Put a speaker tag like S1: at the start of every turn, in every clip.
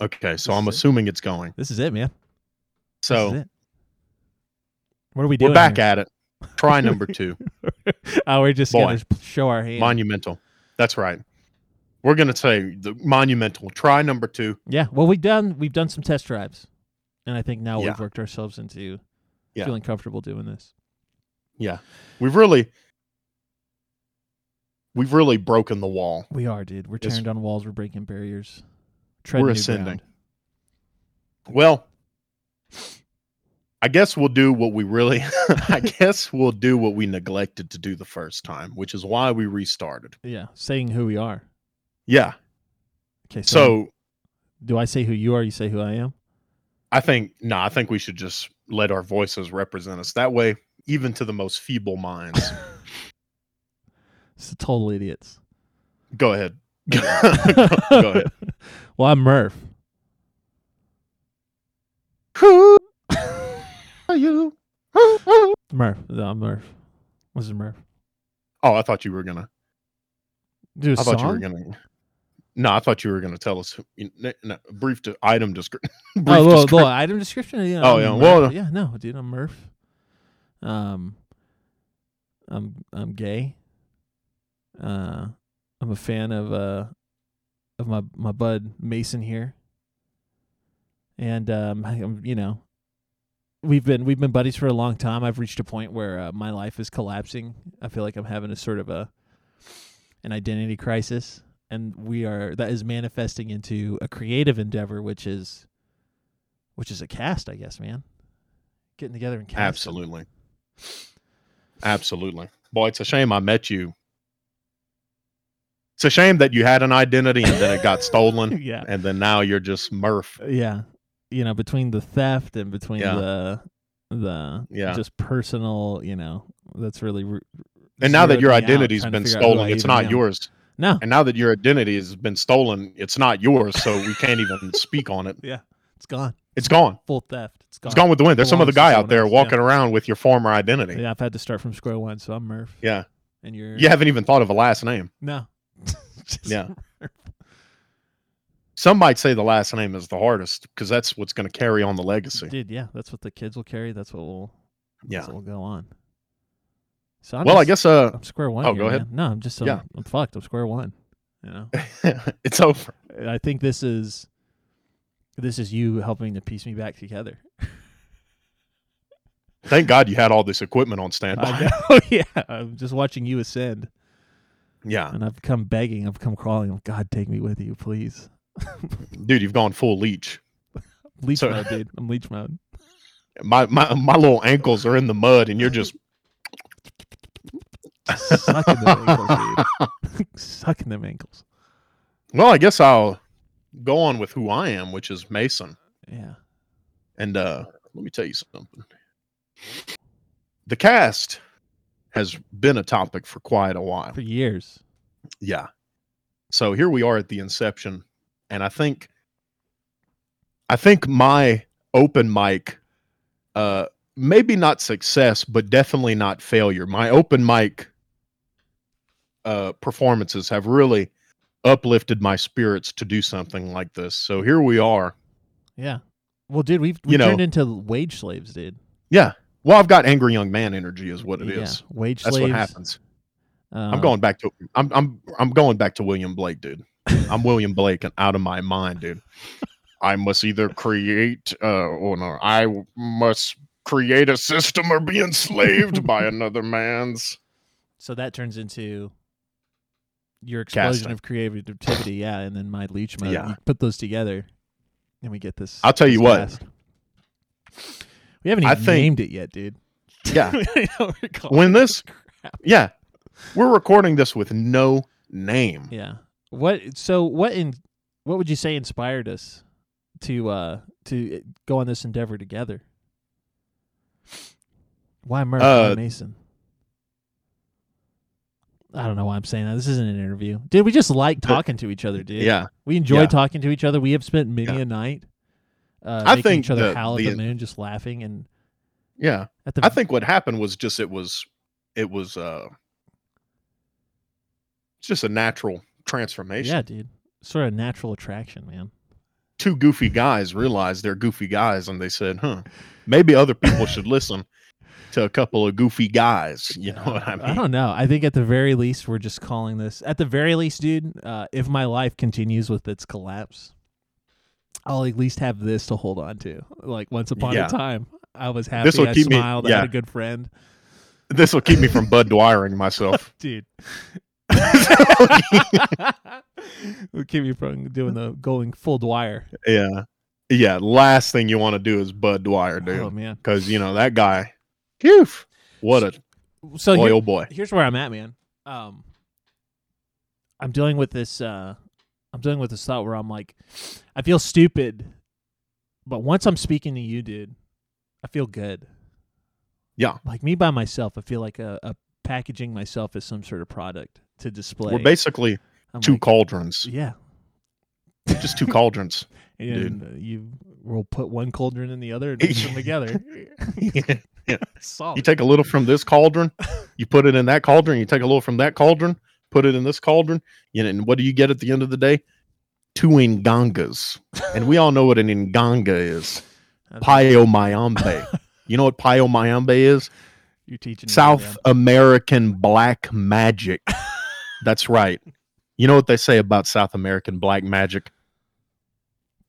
S1: Okay, so
S2: This
S1: I'm
S2: is it.
S1: assuming it's going.
S3: This is it, man. This is
S1: So
S3: it. what are we doing?
S1: we're back at it. Try number two,
S3: at. oh, we're just gonna show our hand.
S1: monumental. That's right. We're gonna say the monumental. Try number two.
S3: yeah. Well, we've done we've done some test drives, and I think now
S1: Yeah.
S3: we've worked ourselves into
S1: Yeah.
S3: feeling comfortable doing this.
S1: Yeah, we've really, we've really broken the wall.
S3: We are, dude. We're
S1: Yes.
S3: tearing down walls. We're breaking barriers. treading
S1: We're
S3: new
S1: ascending.
S3: ground.
S1: Well, I guess we'll do what we really. I guess we'll do what we neglected to do the first time, which is why we restarted.
S3: Yeah, saying who we are.
S1: Yeah.
S3: Okay. So,
S1: So
S3: do I say who you are? You say who I am.
S1: I think no, I think we should just let our voices represent us. That way, even to the most feeble minds.
S3: It's total idiots.
S1: Go ahead. Go ahead.
S3: Well, I'm Murph.
S1: Who are you? Oh,
S3: Murph. No, I'm Murph. This is Murph.
S1: I thought you were gonna.
S3: Do a
S1: I
S3: song?
S1: thought you were gonna. No, I thought you were gonna tell us. who- you- No, no, brief to item description.
S3: oh, little, little item description. Yeah,
S1: Oh,
S3: I'm
S1: yeah,
S3: Murph.
S1: well-
S3: yeah. No, dude, I'm Murph. Um, I'm I'm gay. Uh, I'm a fan of uh of my my bud Mason here. And um, I- I'm you know, we've been we've been buddies for a long time. I've reached a point where uh, my life is collapsing. I feel like I'm having a sort of a an identity crisis, and we are that is manifesting into a creative endeavor, which is which is a cast, I guess, man. Getting together and casting.
S1: Absolutely. Absolutely. Boy, it's a shame I met you. It's a shame that you had an identity and then it got stolen
S3: yeah,
S1: and then now you're just Murph.
S3: yeah. You know, between the theft and between
S1: Yeah.
S3: the the
S1: Yeah.
S3: just personal, you know, that's really. ru-
S1: And now that
S3: zeroed
S1: your
S3: me out,
S1: identity's
S3: trying to
S1: been
S3: figure out who
S1: stolen,
S3: I
S1: it's
S3: even
S1: not
S3: am.
S1: yours.
S3: No,
S1: And now that your identity has been stolen, it's not yours, so we can't even speak on it.
S3: it's gone.
S1: It's gone.
S3: Full theft. It's gone.
S1: It's gone with the wind. There's some other
S3: Belongs
S1: guy
S3: to
S1: out
S3: someone
S1: there
S3: else, yeah.
S1: walking around with your former identity.
S3: Yeah, I've had to start from square one, so I'm Murph.
S1: Yeah.
S3: And you're
S1: You haven't even thought of a last name.
S3: No. Just
S1: Yeah. Some might say the last name is the hardest because that's what's going to carry on the legacy.
S3: Dude, yeah, that's what the kids will carry. That's what will.
S1: Yeah.
S3: That's what will go on. So I'm
S1: Well, I
S3: just-
S1: guess uh,
S3: I'm square one.
S1: Oh,
S3: here,
S1: go ahead.
S3: man. No, I'm just. I'm,
S1: Yeah.
S3: I'm fucked. I'm square one. You know.
S1: it's over.
S3: I think this is. This is you helping to piece me back together.
S1: Thank God you had all this equipment on standby.
S3: I know. Oh, Yeah, I'm just watching you ascend,
S1: Yeah,
S3: and I've come begging. I've come crawling. oh, God, take me with you, please.
S1: dude, you've gone full leech.
S3: Leech
S1: So-
S3: mode, dude. I'm leech mode.
S1: My my my little ankles are in the mud, and you're just
S3: Just sucking them ankles, dude. sucking them ankles.
S1: well. I guess I'll go on with who I am, which is Mason.
S3: Yeah.
S1: And uh, let me tell you something. The cast has been a topic for quite a while.
S3: For years.
S1: Yeah. So here we are at the inception, and I think, I think my open mic, uh, maybe not success, but definitely not failure. My open mic, uh, performances have really uplifted my spirits to do something like this. So here we are.
S3: Yeah. Well, dude, we've we
S1: You know-
S3: turned into wage slaves, dude.
S1: Yeah. Well, I've got angry young man energy, is what it is.
S3: yeah. Wage
S1: That's
S3: slaves.
S1: what happens.
S3: um,
S1: I'm going back to I'm I'm I'm going back to William Blake, dude. I'm William Blake and out of my mind, dude. I must either create uh or no, I must create a system or be enslaved by another man's.
S3: So that turns into your explosion
S1: Casting.
S3: of creativity, yeah, and then my leech mode.
S1: Yeah.
S3: You put those together, and we get this.
S1: I'll tell you
S3: this
S1: what.
S3: cast. We haven't
S1: I
S3: even
S1: think-
S3: named it yet, dude.
S1: Yeah.
S3: We don't recall
S1: When
S3: it.
S1: this- Yeah. We're recording this with no name.
S3: Yeah. What? So what? In what would you say inspired us to uh to go on this endeavor together? Why Murph? why
S1: Uh,
S3: Mason? I don't know why I'm saying that. This isn't an interview, dude. We just like talking to each other, dude.
S1: Yeah.
S3: we enjoy
S1: yeah.
S3: talking to each other. We have spent many
S1: Yeah.
S3: a night. Uh,
S1: I
S3: making
S1: think
S3: each other
S1: the-
S3: howl at
S1: the-
S3: the moon, just laughing, and
S1: Yeah.
S3: at the
S1: I think what happened was just it was it was uh it's just a natural transformation.
S3: yeah, dude, sort of natural attraction, man.
S1: two goofy guys realized they're goofy guys and they said, huh, maybe other people should listen to a couple of goofy guys. You know what I mean?
S3: I don't know. I think at the very least, we're just calling this. At the very least, dude, uh, if my life continues with its collapse, I'll at least have this to hold on to. Like once upon
S1: Yeah.
S3: a time, I was happy.
S1: will
S3: I
S1: keep me-
S3: smiled. I
S1: yeah.
S3: had a good friend,
S1: This will keep me from Bud Dwyering myself.
S3: dude. we'll keep you from doing the going full Dwyer.
S1: yeah. Yeah. Last thing you want to do is Bud Dwyer,
S3: Oh
S1: dude.
S3: man.
S1: Because, you know, that guy, phew, what a
S3: So
S1: boy,
S3: here-
S1: oh boy.
S3: here's where I'm at, man. Um, I'm dealing with this. Uh, I'm dealing with this thought where I'm like, I feel stupid, but once I'm speaking to you, dude, I feel good.
S1: Yeah.
S3: like me by myself, I feel like a, a packaging myself as some sort of product to display.
S1: We're basically
S3: I'm
S1: two
S3: like,
S1: cauldrons,
S3: yeah,
S1: just two cauldrons.
S3: and
S1: Dude.
S3: uh, you will put one cauldron in the other and mix them together.
S1: You
S3: Solid.
S1: take a little from this cauldron, you put it in that cauldron, you take a little from that cauldron, put it in this cauldron, you know, and what do you get at the end of the day? Two ngangas. And we all know what an nganga is.
S3: I
S1: Payo
S3: don't know.
S1: Mayambe. You know what Payo Mayambe is?
S3: You're teaching me, man.
S1: South American black magic. That's right. You know what they say about South American black magic?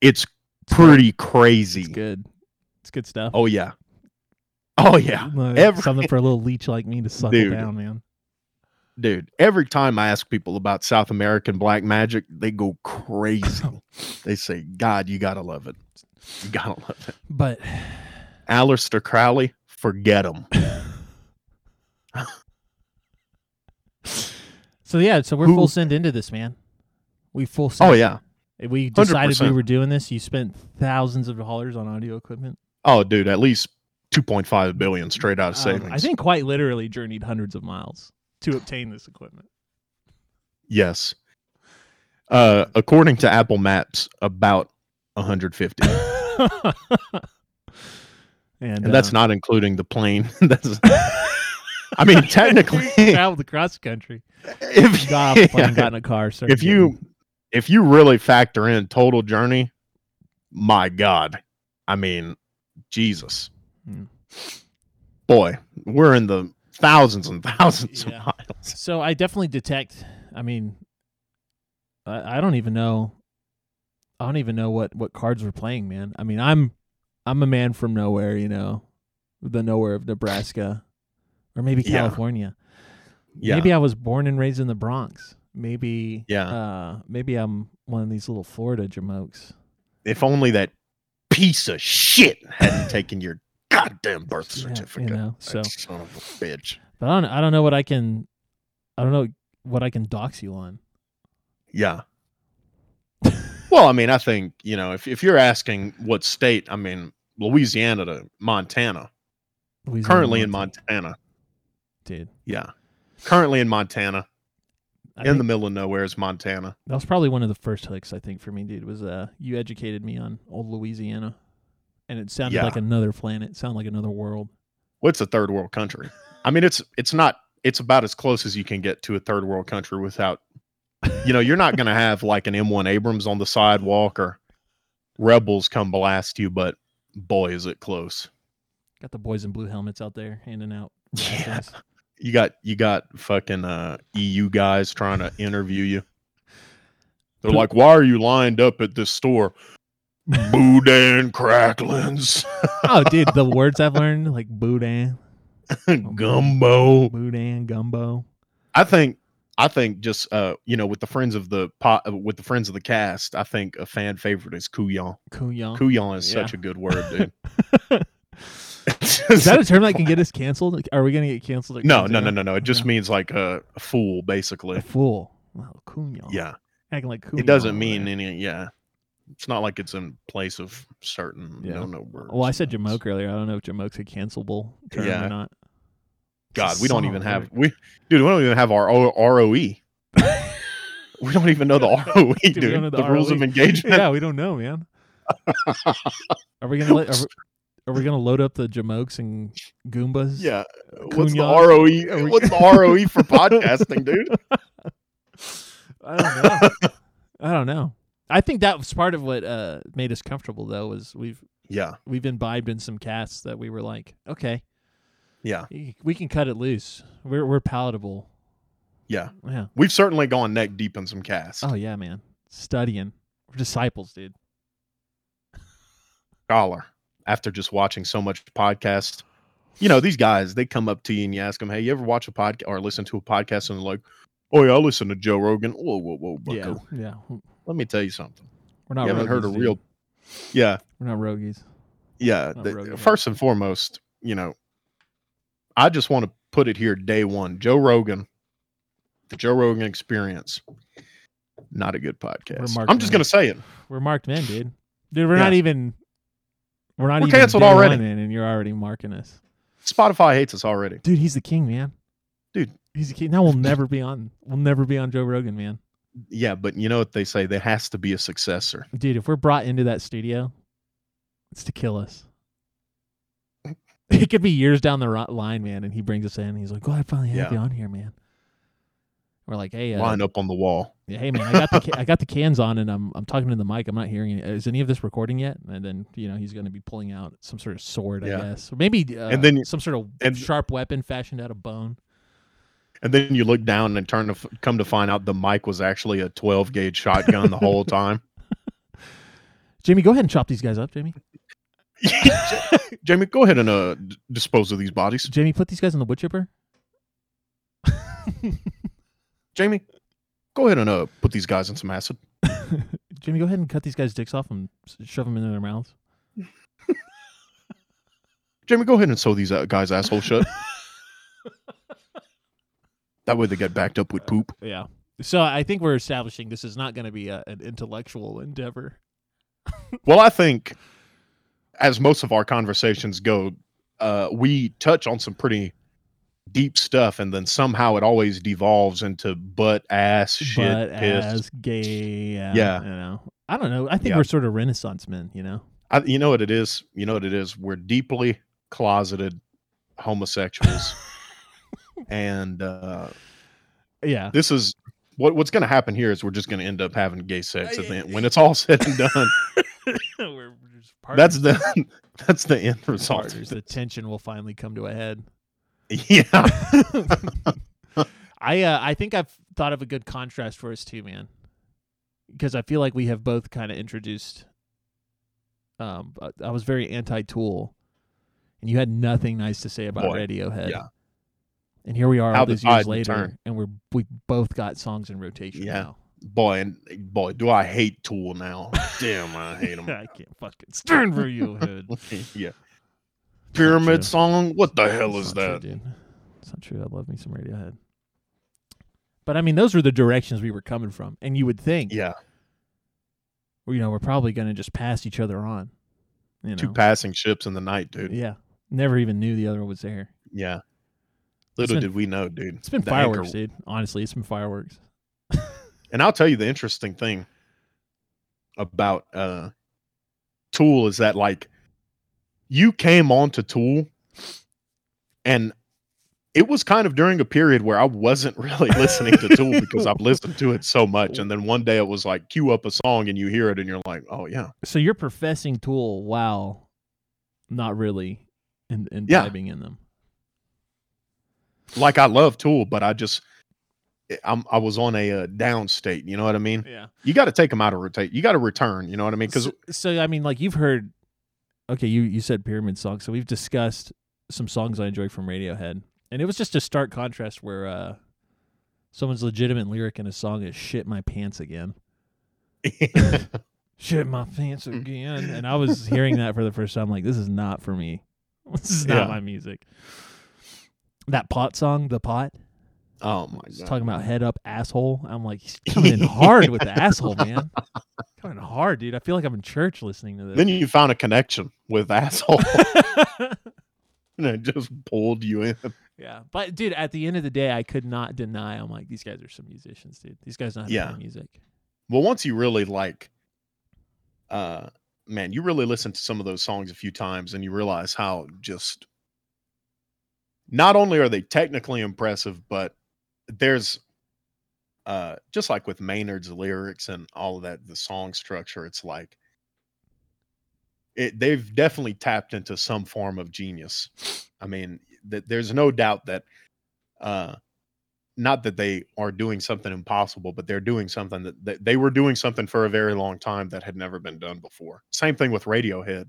S1: It's pretty
S3: It's
S1: crazy.
S3: good. It's good stuff.
S1: Oh yeah. Oh yeah.
S3: Like,
S1: Every-
S3: something for a little leech like me to suckle
S1: Dude.
S3: down, man.
S1: dude every time i ask people about south american black magic they go crazy they say god you gotta love it you gotta love it
S3: But
S1: Aleister crowley forget him
S3: so yeah, so we're
S1: Who-
S3: full send into this, man. We full send.
S1: oh yeah
S3: we decided we
S1: 100%.
S3: were doing this. You spent thousands of dollars on audio equipment.
S1: oh dude at least 2.5 billion straight out of
S3: Um,
S1: savings
S3: I think quite literally journeyed hundreds of miles to obtain this equipment.
S1: yes uh according to apple maps about 150
S3: and, uh,
S1: and that's not including the plane that's i mean technically
S3: traveled across the country.
S1: if
S3: Got off the plane,
S1: yeah.
S3: got in a car. started
S1: if you if you really factor in total journey my god i mean jesus
S3: Hmm.
S1: boy we're in the thousands and thousands
S3: Yeah.
S1: of miles
S3: So I definitely detect. I mean, I, I don't even know. I don't even know what what cards we're playing, man. I mean, I'm I'm a man from nowhere, you know, the nowhere of Nebraska, or maybe
S1: Yeah.
S3: California.
S1: yeah
S3: Maybe I was born and raised in the Bronx. Maybe
S1: Yeah.
S3: Uh, maybe I'm one of these little Florida jamokes.
S1: if only that piece of shit hadn't taken your goddamn birth
S3: Yeah,
S1: certificate
S3: you know. So,
S1: That son of a bitch
S3: but I don't I don't know what I can. I don't know what I can dox you on.
S1: yeah well i mean i think you know if, if you're asking what state i mean louisiana to montana
S3: Louisiana
S1: currently in
S3: Montana.
S1: montana
S3: dude.
S1: yeah currently in montana
S3: I
S1: in
S3: think-
S1: the middle of nowhere is Montana.
S3: That was probably one of the first hooks I think for me, dude. Was uh, you educated me on old Louisiana, and it sounded
S1: Yeah.
S3: like another planet, sounded like another world.
S1: What's a third world country? I mean, it's it's not it's about as close as you can get to a third world country without, you know, you're not going to have like an M1 Abrams on the sidewalk or rebels come blast you, but boy, is it close.
S3: Got the boys in blue helmets out there handing out. rations.
S1: You got you got fucking uh, EU guys trying to interview you. They're like, "Why are you lined up at this store?" Boudin cracklins,
S3: oh, dude, the words I've learned like boudin,
S1: gumbo.
S3: boudin, gumbo.
S1: I think I think just uh you know with the friends of the po- uh, with the friends of the cast, I think a fan favorite is Kuyon.
S3: Couillon.
S1: Kuyon is such a
S3: yeah.
S1: good word, dude.
S3: Is that a term that can get us canceled? Like, Are we gonna get canceled? at
S1: no, no, no,
S3: Couillon?
S1: no, no. It just
S3: Okay.
S1: means like a, a fool,
S3: a
S1: basically.
S3: fool. Wow, Couillon.
S1: Yeah,
S3: acting like Couillon
S1: it doesn't
S3: over
S1: mean
S3: there.
S1: any. Yeah, it's not like it's in place of certain
S3: Yeah.
S1: no no words.
S3: Well, I said
S1: It's-
S3: Jamoke earlier. I don't know if Jamoke's a cancelable term
S1: Yeah.
S3: or not.
S1: God, we don't even
S3: Solid
S1: have we, dude. We don't even have our O- ROE. we don't even know the ROE, dude.
S3: we don't know
S1: the,
S3: the E.
S1: rules of
S3: ROE.
S1: engagement.
S3: yeah, we don't know, man. are we gonna let, are, we, are we gonna load up the Jamokes and Goombas?
S1: Yeah. What's the
S3: Cunha? Are
S1: ROE?
S3: we-
S1: What's the E ROE for podcasting, dude?
S3: I don't know. I don't know. I think that was part of what uh, made us comfortable though was we've
S1: Yeah.
S3: we've imbibed in some casts that we were like, okay,
S1: Yeah.
S3: y- we can cut it loose. We're we're palatable.
S1: Yeah.
S3: Yeah.
S1: We've certainly gone neck deep in some casts.
S3: Oh yeah, man. Studying. We're disciples, dude.
S1: Scholar. After just watching so much podcast, you know, these guys, they come up to you and you ask them, Hey, you ever watch a podcast or listen to a podcast? And they're like, Oh, yeah, I listen to Joe Rogan. Whoa, whoa, whoa, bucko.
S3: Yeah.
S1: Let me tell you something.
S3: We're not
S1: you haven't heard a
S3: rogues, dude.
S1: real. Yeah.
S3: We're not rogues.
S1: Yeah.
S3: Not
S1: the-
S3: Rogan.
S1: first and foremost, you know, I just want to put it here day one. Joe Rogan, the Joe Rogan experience, not a good podcast.
S3: Remarkable.
S1: I'm just going to say it.
S3: We're marked men, dude. Dude, we're
S1: Yeah.
S3: not even we're not
S1: We're
S3: even
S1: canceled
S3: day
S1: already.
S3: one in and you're already marking us.
S1: Spotify hates us already.
S3: Dude, he's the king, man.
S1: Dude.
S3: He's the king. Now we'll never be on we'll never be on Joe Rogan, man.
S1: Yeah, but you know what they say? There has to be a successor.
S3: Dude, if we're brought into that studio, it's to kill us. It could be years down the ro- line, man, and he brings us in. And he's like, "Oh, I finally have
S1: Yeah.
S3: you on here, man." We're like, "Hey, uh,
S1: Line up on the wall.
S3: Yeah, hey man, I got the ca- I got the cans on and I'm I'm talking to the mic. I'm not hearing it. Is any of this recording yet? And then you know he's going to be pulling out some sort of sword,
S1: Yeah.
S3: I guess, or maybe uh,
S1: And then you-
S3: some sort of
S1: and-
S3: sharp weapon fashioned out of bone.
S1: And then you look down and turn to f- come to find out the mic was actually a 12 gauge shotgun the whole time.
S3: Jamie, go ahead and chop these guys up, Jamie.
S1: Jamie, go ahead and uh, d- dispose of these bodies.
S3: Jamie, put these guys in the wood chipper.
S1: Jamie, go ahead and uh, put these guys in some acid.
S3: Jamie, go ahead and cut these guys' dicks off and s- shove them into their mouths.
S1: Jamie, go ahead and sew these uh, guys' asshole shut. that way they get backed up with poop.
S3: Yeah. So I think we're establishing this is not going to be a, an intellectual endeavor.
S1: Well, I think, as most of our conversations go, uh, we touch on some pretty deep stuff, and then somehow it always devolves into butt, ass, shit,
S3: but
S1: piss.
S3: as gay, uh,
S1: Yeah.
S3: you know, I don't know. I think
S1: Yeah.
S3: we're sort of Renaissance men, you know.
S1: I, you know what it is? You know what it is? We're deeply closeted homosexuals, and uh,
S3: Yeah.
S1: this is what what's going to happen here is we're just going to end up having gay sex at the end. when it's all said and done.
S3: we're just
S1: that's the that's the end result.
S3: partners. The tension will finally come to a head.
S1: Yeah.
S3: I uh, I think I've thought of a good contrast for us too, man. Because I feel like we have both kind of introduced. Um, I- I was very anti-Tool, and you had nothing nice to say about
S1: Boy,
S3: Radiohead.
S1: yeah.
S3: And here we are
S1: How
S3: all
S1: the
S3: these
S1: tide
S3: years
S1: would
S3: later,
S1: turn.
S3: and we're we both got songs in rotation
S1: Yeah.
S3: now.
S1: boy and boy do i hate tool now damn i hate him
S3: I can't fucking stand for you, dude.
S1: yeah pyramid
S3: true.
S1: song what the hell
S3: It's
S1: is
S3: not true,
S1: that
S3: dude. It's not true. I love me some Radiohead. But I mean, those were the directions we were coming from, and you would think,
S1: yeah
S3: well, you know, we're probably going to just pass each other on. You know,
S1: two passing ships in the night dude yeah,
S3: yeah, never even knew the other one was there.
S1: little
S3: been-
S1: did we know dude
S3: It's been
S1: The anchor-
S3: fireworks, dude. Honestly, it's been fireworks.
S1: and i'll tell you the interesting thing about uh tool is that like you came on to tool and it was kind of during a period where I wasn't really listening to Tool because I've listened to it so much. And then one day it was like, cue up a song and you hear it and you're like, oh, yeah,
S3: So you're professing Tool while not really in,
S1: Yeah.
S3: imbibing in them.
S1: like I love Tool, but I just eh, I'm I was on a uh, down state. You know what I mean?
S3: Yeah.
S1: You got to take them out of rotate. You got to return. You know what I mean? Because
S3: so, so, I mean, like you've heard. Okay, you you said pyramid songs, so we've discussed some songs I enjoy from Radiohead, and it was just a stark contrast where uh, someone's legitimate lyric in a song is "shit my pants again." Hmm. Shit my pants again, and I was hearing that for the first time. Like, this is not for me. This is not
S1: Yeah.
S3: my music. That pot song, the pot,
S1: oh my
S3: it's
S1: god,
S3: talking about head up asshole. I'm like, he's coming in hard with the asshole, man. Coming hard, dude. I feel like I'm in church listening to this.
S1: then you found a connection with asshole and it just pulled you in.
S3: yeah, but dude, at the end of the day, I could not deny. I'm like, these guys are some musicians, dude. These guys know how to
S1: Yeah.
S3: play music.
S1: Well, once you really like, uh, man, you really listen to some of those songs a few times and you realize how just not only are they technically impressive, but there's uh, just like with Maynard's lyrics and all of that, the song structure, it's like it, they've definitely tapped into some form of genius. I mean, th- there's no doubt that, uh, not that they are doing something impossible, but they're doing something that, that they were doing something for a very long time that had never been done before. Same thing with Radiohead.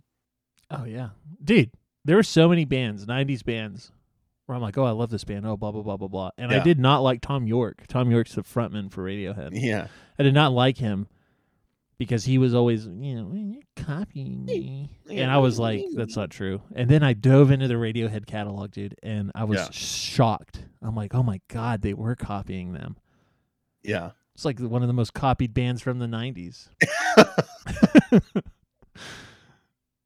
S3: Oh yeah, dude. There were so many bands, '90s bands, where I'm like, oh, I love this band. Oh, blah blah blah blah blah. And I
S1: Yeah.
S3: did not like Tom York. Tom York's the frontman for Radiohead.
S1: Yeah.
S3: I did not like him because he was always, you know, "Well, you're copying me. And I was like, that's not true. And then I dove into the Radiohead catalog, dude, and I was
S1: Yeah.
S3: shocked. I'm like, oh my God, they were copying them.
S1: Yeah.
S3: It's like one of the most copied bands from the 90s.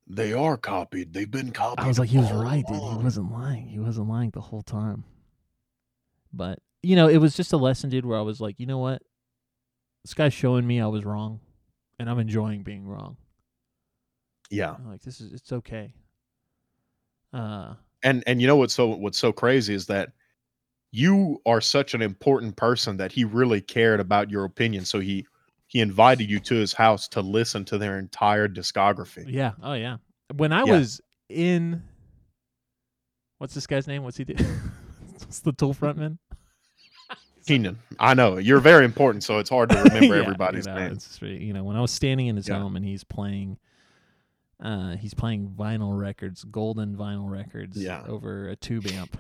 S1: They are copied. They've been copied.
S3: I was like, he was
S1: all
S3: right, dude. He
S1: along.
S3: wasn't lying. He wasn't lying the whole time. But, you know, it was just a lesson, dude, where I was like, you know what? This guy's showing me I was wrong, and I'm enjoying being wrong.
S1: Yeah.
S3: I'm like, this is, it's okay. Uh,
S1: and and you know what's so what's so crazy is that you are such an important person that he really cared about your opinion so he he invited you to his house to listen to their entire discography
S3: Yeah. Oh yeah. When I
S1: Yeah.
S3: was in what's this guy's name? What's he do? What's the tool frontman?
S1: keenan i know you're very important so it's hard to remember
S3: Yeah,
S1: everybody's
S3: you know,
S1: name
S3: it's just really- you know, when I was standing in his
S1: Yeah.
S3: home and he's playing uh he's playing vinyl records, golden vinyl records
S1: Yeah.
S3: over a tube amp.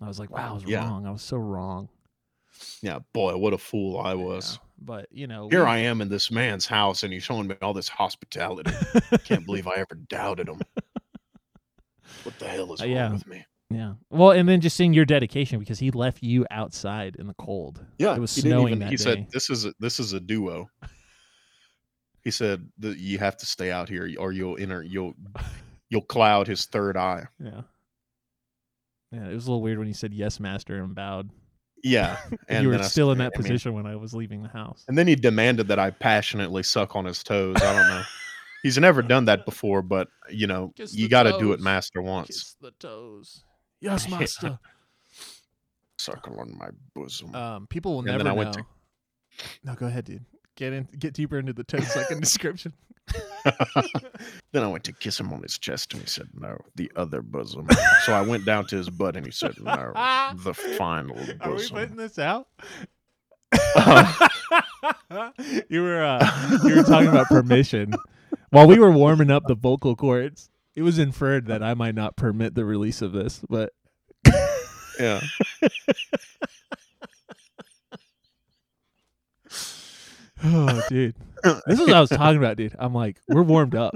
S3: I was like, wow, I was
S1: Yeah.
S3: wrong. I was so wrong.
S1: yeah boy what a fool i was
S3: Yeah. But you know
S1: here
S3: we-
S1: i am in this man's house and he's showing me all this hospitality can't believe i ever doubted him what the hell is
S3: Uh,
S1: wrong
S3: yeah.
S1: with me
S3: Yeah. Well, and then just seeing your dedication because he left you outside in the cold.
S1: Yeah,
S3: It was
S1: he didn't
S3: snowing
S1: even-
S3: that
S1: he
S3: day.
S1: said, "This is a, this is a duo." He said that you have to stay out here, or you'll enter you'll you'll cloud his third eye.
S3: Yeah. Yeah, it was a little weird when he said yes, master, and bowed.
S1: Yeah,
S3: And you were
S1: then I
S3: still in
S1: said,
S3: that
S1: "I mean-"
S3: position when I was leaving the house.
S1: and then he demanded that I passionately suck on his toes. I don't know. He's never done that before, but you know,
S3: Kiss
S1: you
S3: the
S1: got to do it,
S3: toes.
S1: master. Once
S3: the toes. Yes,
S1: Yeah. circle on my bosom.
S3: um, people will
S1: And then
S3: never
S1: I went
S3: know. No, go ahead, dude. Get in. Get deeper into the toes second description.
S1: then I went to kiss him on his chest, and he said no. The other bosom. so I went down to his butt, and he said no. The final bosom.
S3: Are we putting this out?
S1: Uh,
S3: you were uh, you were talking about permission while we were warming up the vocal cords. It was inferred that I might not permit the release of this, but
S1: yeah.
S3: Oh, dude. This is what I was talking about, dude. I'm like, we're warmed up.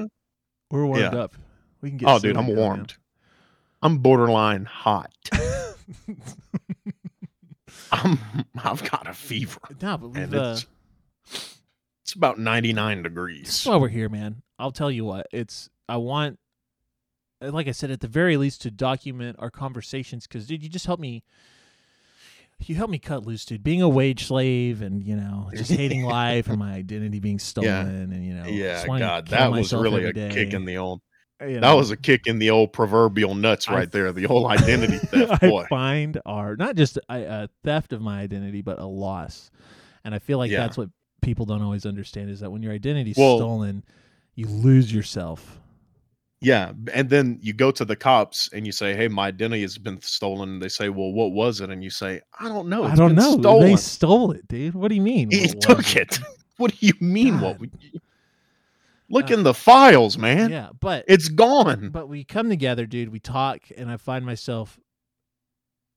S3: We're warmed
S1: Yeah.
S3: up. We can get.
S1: Oh, dude,
S3: silly
S1: I'm
S3: now, man.
S1: warmed. I'm borderline hot. I'm I've got a fever,
S3: no, but
S1: and
S3: we've, uh,
S1: it's it's about 99
S3: this is
S1: degrees.
S3: why we're here, man. I'll tell you what. It's I want, uh, like I said, at the very least, to document our conversations because, dude, you just help me. You help me cut loose, dude. Being a wage slave and you know just hating life and my identity being stolen and you know
S1: yeah,
S3: just wanting to
S1: God,
S3: kill
S1: that was
S3: myself
S1: really
S3: every
S1: a
S3: day,
S1: kick in the old.
S3: you
S1: That
S3: know.
S1: was a kick in the old proverbial nuts
S3: I-
S1: right there. The whole identity theft,
S3: I
S1: boy.
S3: find are not just a, a theft of my identity, but a loss. And I feel like
S1: Yeah.
S3: that's what people don't always understand is that when your identity's
S1: Well-
S3: stolen, you lose yourself.
S1: Yeah, and then you go to the cops and you say, "Hey, my identity has been stolen." And they say, "Well, what was it?" And you say, "I don't know.
S3: I
S1: It's
S3: don't
S1: been
S3: know.
S1: Stolen.
S3: They stole it, dude. What do you mean?
S1: He
S3: What was
S1: took it. What do you mean? What?
S3: God.
S1: would you- Look
S3: Uh,
S1: in the files, man.
S3: Yeah, but
S1: It's gone.
S3: but we come together, dude. We talk, and I find myself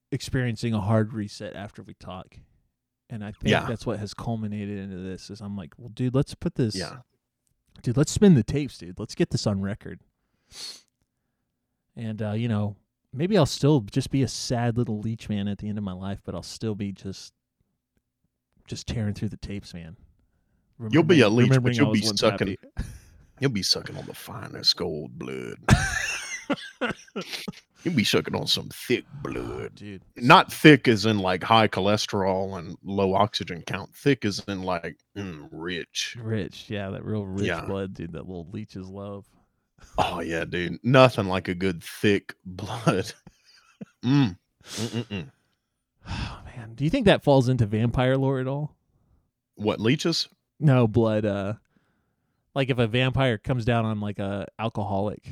S3: experiencing a hard reset after we talk. And I think
S1: Yeah.
S3: that's what has culminated into this. Is I'm like, well, dude, let's put this.
S1: Yeah,
S3: dude let's spin the tapes dude let's get this on record and uh you know maybe i'll still just be a sad little leech man at the end of my life but i'll still be just just tearing through the tapes man
S1: You'll be a
S3: Remembering-
S1: leech, but
S3: remembering I
S1: you'll be
S3: was once
S1: sucking-
S3: happy.
S1: you'll be sucking on the finest gold blood. you'll be sucking on some thick blood.
S3: Oh, dude
S1: Not thick as in like high cholesterol and low oxygen count. Thick as in like mm, rich.
S3: rich yeah that real rich
S1: Yeah.
S3: blood dude that little leech's love
S1: Oh yeah, dude. Nothing like a good thick blood. Mm. Mm-mm-mm.
S3: Oh man, do you think that falls into vampire lore at all?
S1: What leeches?
S3: No blood. Uh, like if a vampire comes down on like a alcoholic.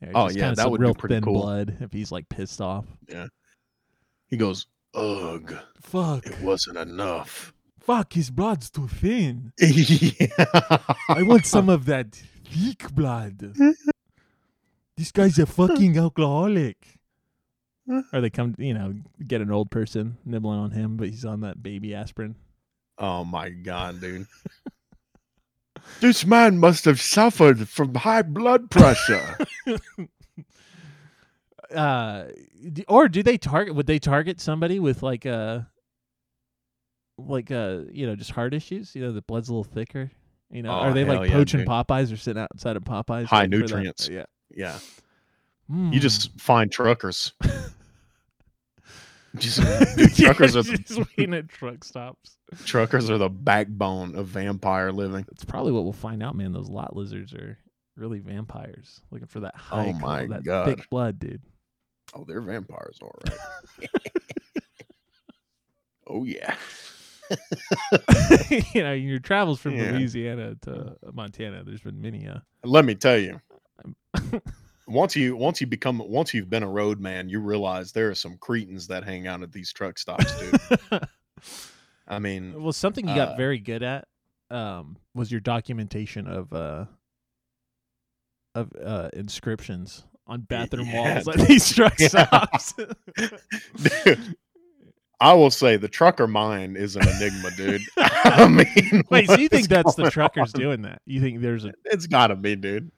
S3: you know,
S1: Oh,
S3: just
S1: yeah,
S3: kinda
S1: that
S3: some
S1: would be
S3: real
S1: pretty
S3: thin
S1: cool.
S3: blood if he's like pissed off.
S1: He goes, ugh,
S3: Fuck,
S1: it wasn't enough.
S3: fuck, his blood's too thin.
S1: yeah.
S3: I want some of that thick blood. This guy's a fucking alcoholic. Or they come, you know, get an old person nibbling on him, but he's on that baby aspirin.
S1: Oh my god, dude. this man must have suffered from high blood pressure.
S3: Uh, d- or do they target? Would they target somebody with like a, like a, you know, just heart issues? You know, the blood's a little thicker. You know,
S1: Oh,
S3: are they
S1: hell
S3: like
S1: yeah,
S3: poaching
S1: dude.
S3: Popeyes or sitting outside of Popeyes?
S1: High
S3: like, for that-
S1: nutrients.
S3: Yeah,
S1: yeah. You just find truckers. just,
S3: Mm.
S1: truckers are
S3: just waiting at truck stops.
S1: truckers are the backbone of vampire living.
S3: That's probably what we'll find out, man. Those lot lizards are really vampires looking for that high,
S1: Oh
S3: col-
S1: my
S3: that
S1: God.
S3: thick blood, dude.
S1: Oh, they're vampires, all right. oh yeah.
S3: you know, your travels from
S1: Yeah. Mm.
S3: Louisiana to Montana, there's been many. Uh,
S1: Let me tell you. Once you once you become once you've been a roadman, you realize there are some cretins that hang out at these truck stops, dude.
S3: uh,
S1: I mean,
S3: Mm. well, something you got
S1: Uh,
S3: very good at um, was your documentation of uh, of uh, inscriptions on bathroom
S1: yeah,
S3: walls at these truck
S1: Yeah.
S3: stops.
S1: Dude. I will say the trucker mind is an enigma, dude. I mean,
S3: Wait, so
S1: what
S3: you think
S1: is
S3: that's the
S1: going
S3: truckers
S1: on?
S3: doing that? You think there's a
S1: It's gotta be, dude.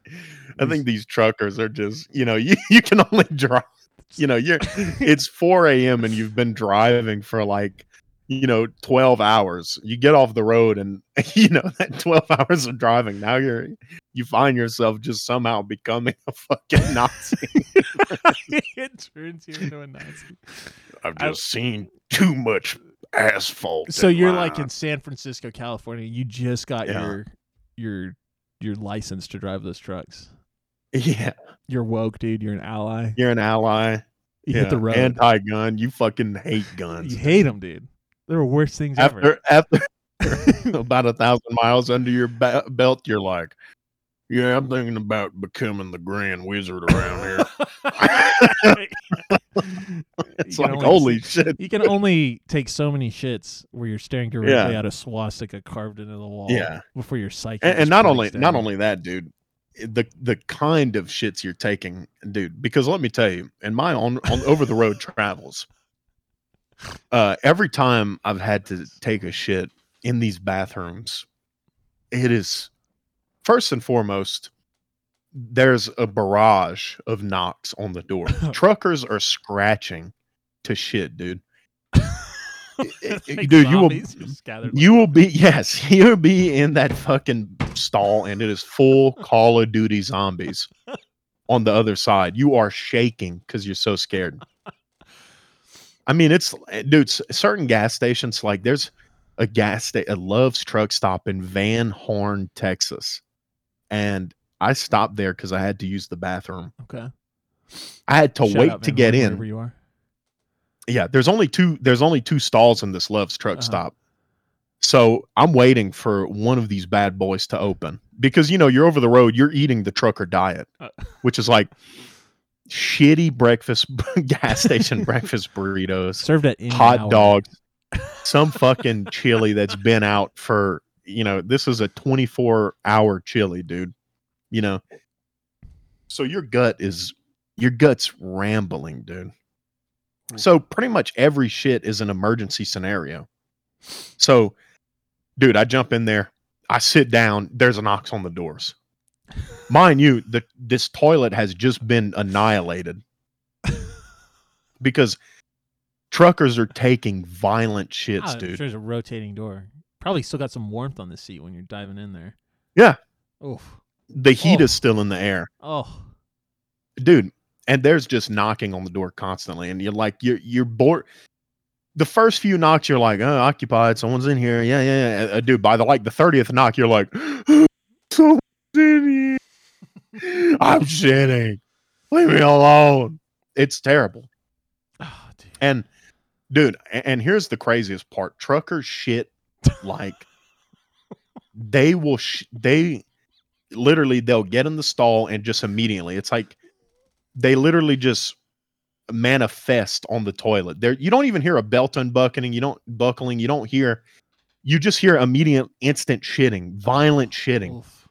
S1: I
S3: These-
S1: think these truckers are just, you know, you, you can only drive, you know, you're, it's 4 a.m. and you've been driving for like, you know, 12 hours. You get off the road and, you know, that 12 hours of driving, now you're, you find yourself just somehow becoming a fucking Nazi.
S3: it turns you into a Nazi?
S1: I've
S3: I-
S1: seen too much asphalt.
S3: So
S1: and
S3: you're like
S1: lime.
S3: in San Francisco, California. You just got
S1: Yeah.
S3: your your your license to drive those trucks.
S1: yeah,
S3: You're woke, dude. You're an ally.
S1: you're an ally.
S3: You hit the road.
S1: Anti-gun. You fucking hate guns.
S3: you hate them, dude. They're the worst things
S1: after after about a thousand miles under your ba- belt, you're like, yeah, I'm thinking about becoming the Grand Wizard around here.
S3: ever.
S1: it's
S3: You
S1: like
S3: can only-
S1: holy shit.
S3: You can only take so many shits where you're staring directly at a swastika carved into the wall.
S1: Yeah.
S3: Before your psyche.
S1: And,
S3: just
S1: and not
S3: breaks
S1: only not
S3: down.
S1: only that, dude. The the kind of shits you're taking, dude. Because let me tell you, in my on on over the road travels, uh, every time I've had to take a shit in these bathrooms, it is first and foremost there's a barrage of knocks on the door truckers are scratching to shit dude
S3: It's
S1: it-
S3: like
S1: eh, dude, you will-
S3: zombies just gathered like-
S1: you will be yes you'll be in that fucking stall and it is full call of duty zombies on the other side you are shaking because you're so scared i mean it's eh, dude s- certain gas stations like there's a gas station a love's truck stop in van horn texas and i stopped there because i had to use the bathroom
S3: Okay.
S1: i had to
S3: Shout
S1: wait
S3: out,
S1: to
S3: Van
S1: get
S3: Horn,
S1: in
S3: Wherever you are.
S1: yeah there's only two there's only two stalls in this love's truck
S3: Uh-huh.
S1: stop so i'm waiting for one of these bad boys to open because you know you're over the road you're eating the trucker diet
S3: Uh.
S1: which is like shitty breakfast gas station breakfast burritos
S3: Served at any
S1: hot
S3: hour.
S1: dogs some fucking chili that's been out for you know this is a 24 hour chili dude you know so your gut is your gut's rambling dude so pretty much every shit is an emergency scenario so dude i jump in there i sit down there's a knocks on the doors mind you the this toilet has just been annihilated because truckers are taking violent shits
S3: Ah,
S1: dude
S3: There's a rotating door. Probably still got some warmth on the seat when you're diving in there.
S1: Yeah.
S3: Oof.
S1: the heat
S3: Oh.
S1: is still in the air
S3: Oh.
S1: dude and there's just knocking on the door constantly and you're like you're you're bored the first few knocks you're like oh occupied someone's in here yeah yeah, yeah. Uh, dude by the like the 30th knock you're like someone's in here i'm shitting leave me alone it's terrible
S3: Ah, dude.
S1: and dude. a- And, here's the craziest part: truckers shit like they will. Sh- they literally they'll get in the stall and just immediately. It's like they literally just manifest on the toilet. There, you don't even hear a belt unbuckling. You don't buckling. You don't hear. You just hear immediate, instant shitting, violent shitting.
S3: Oof.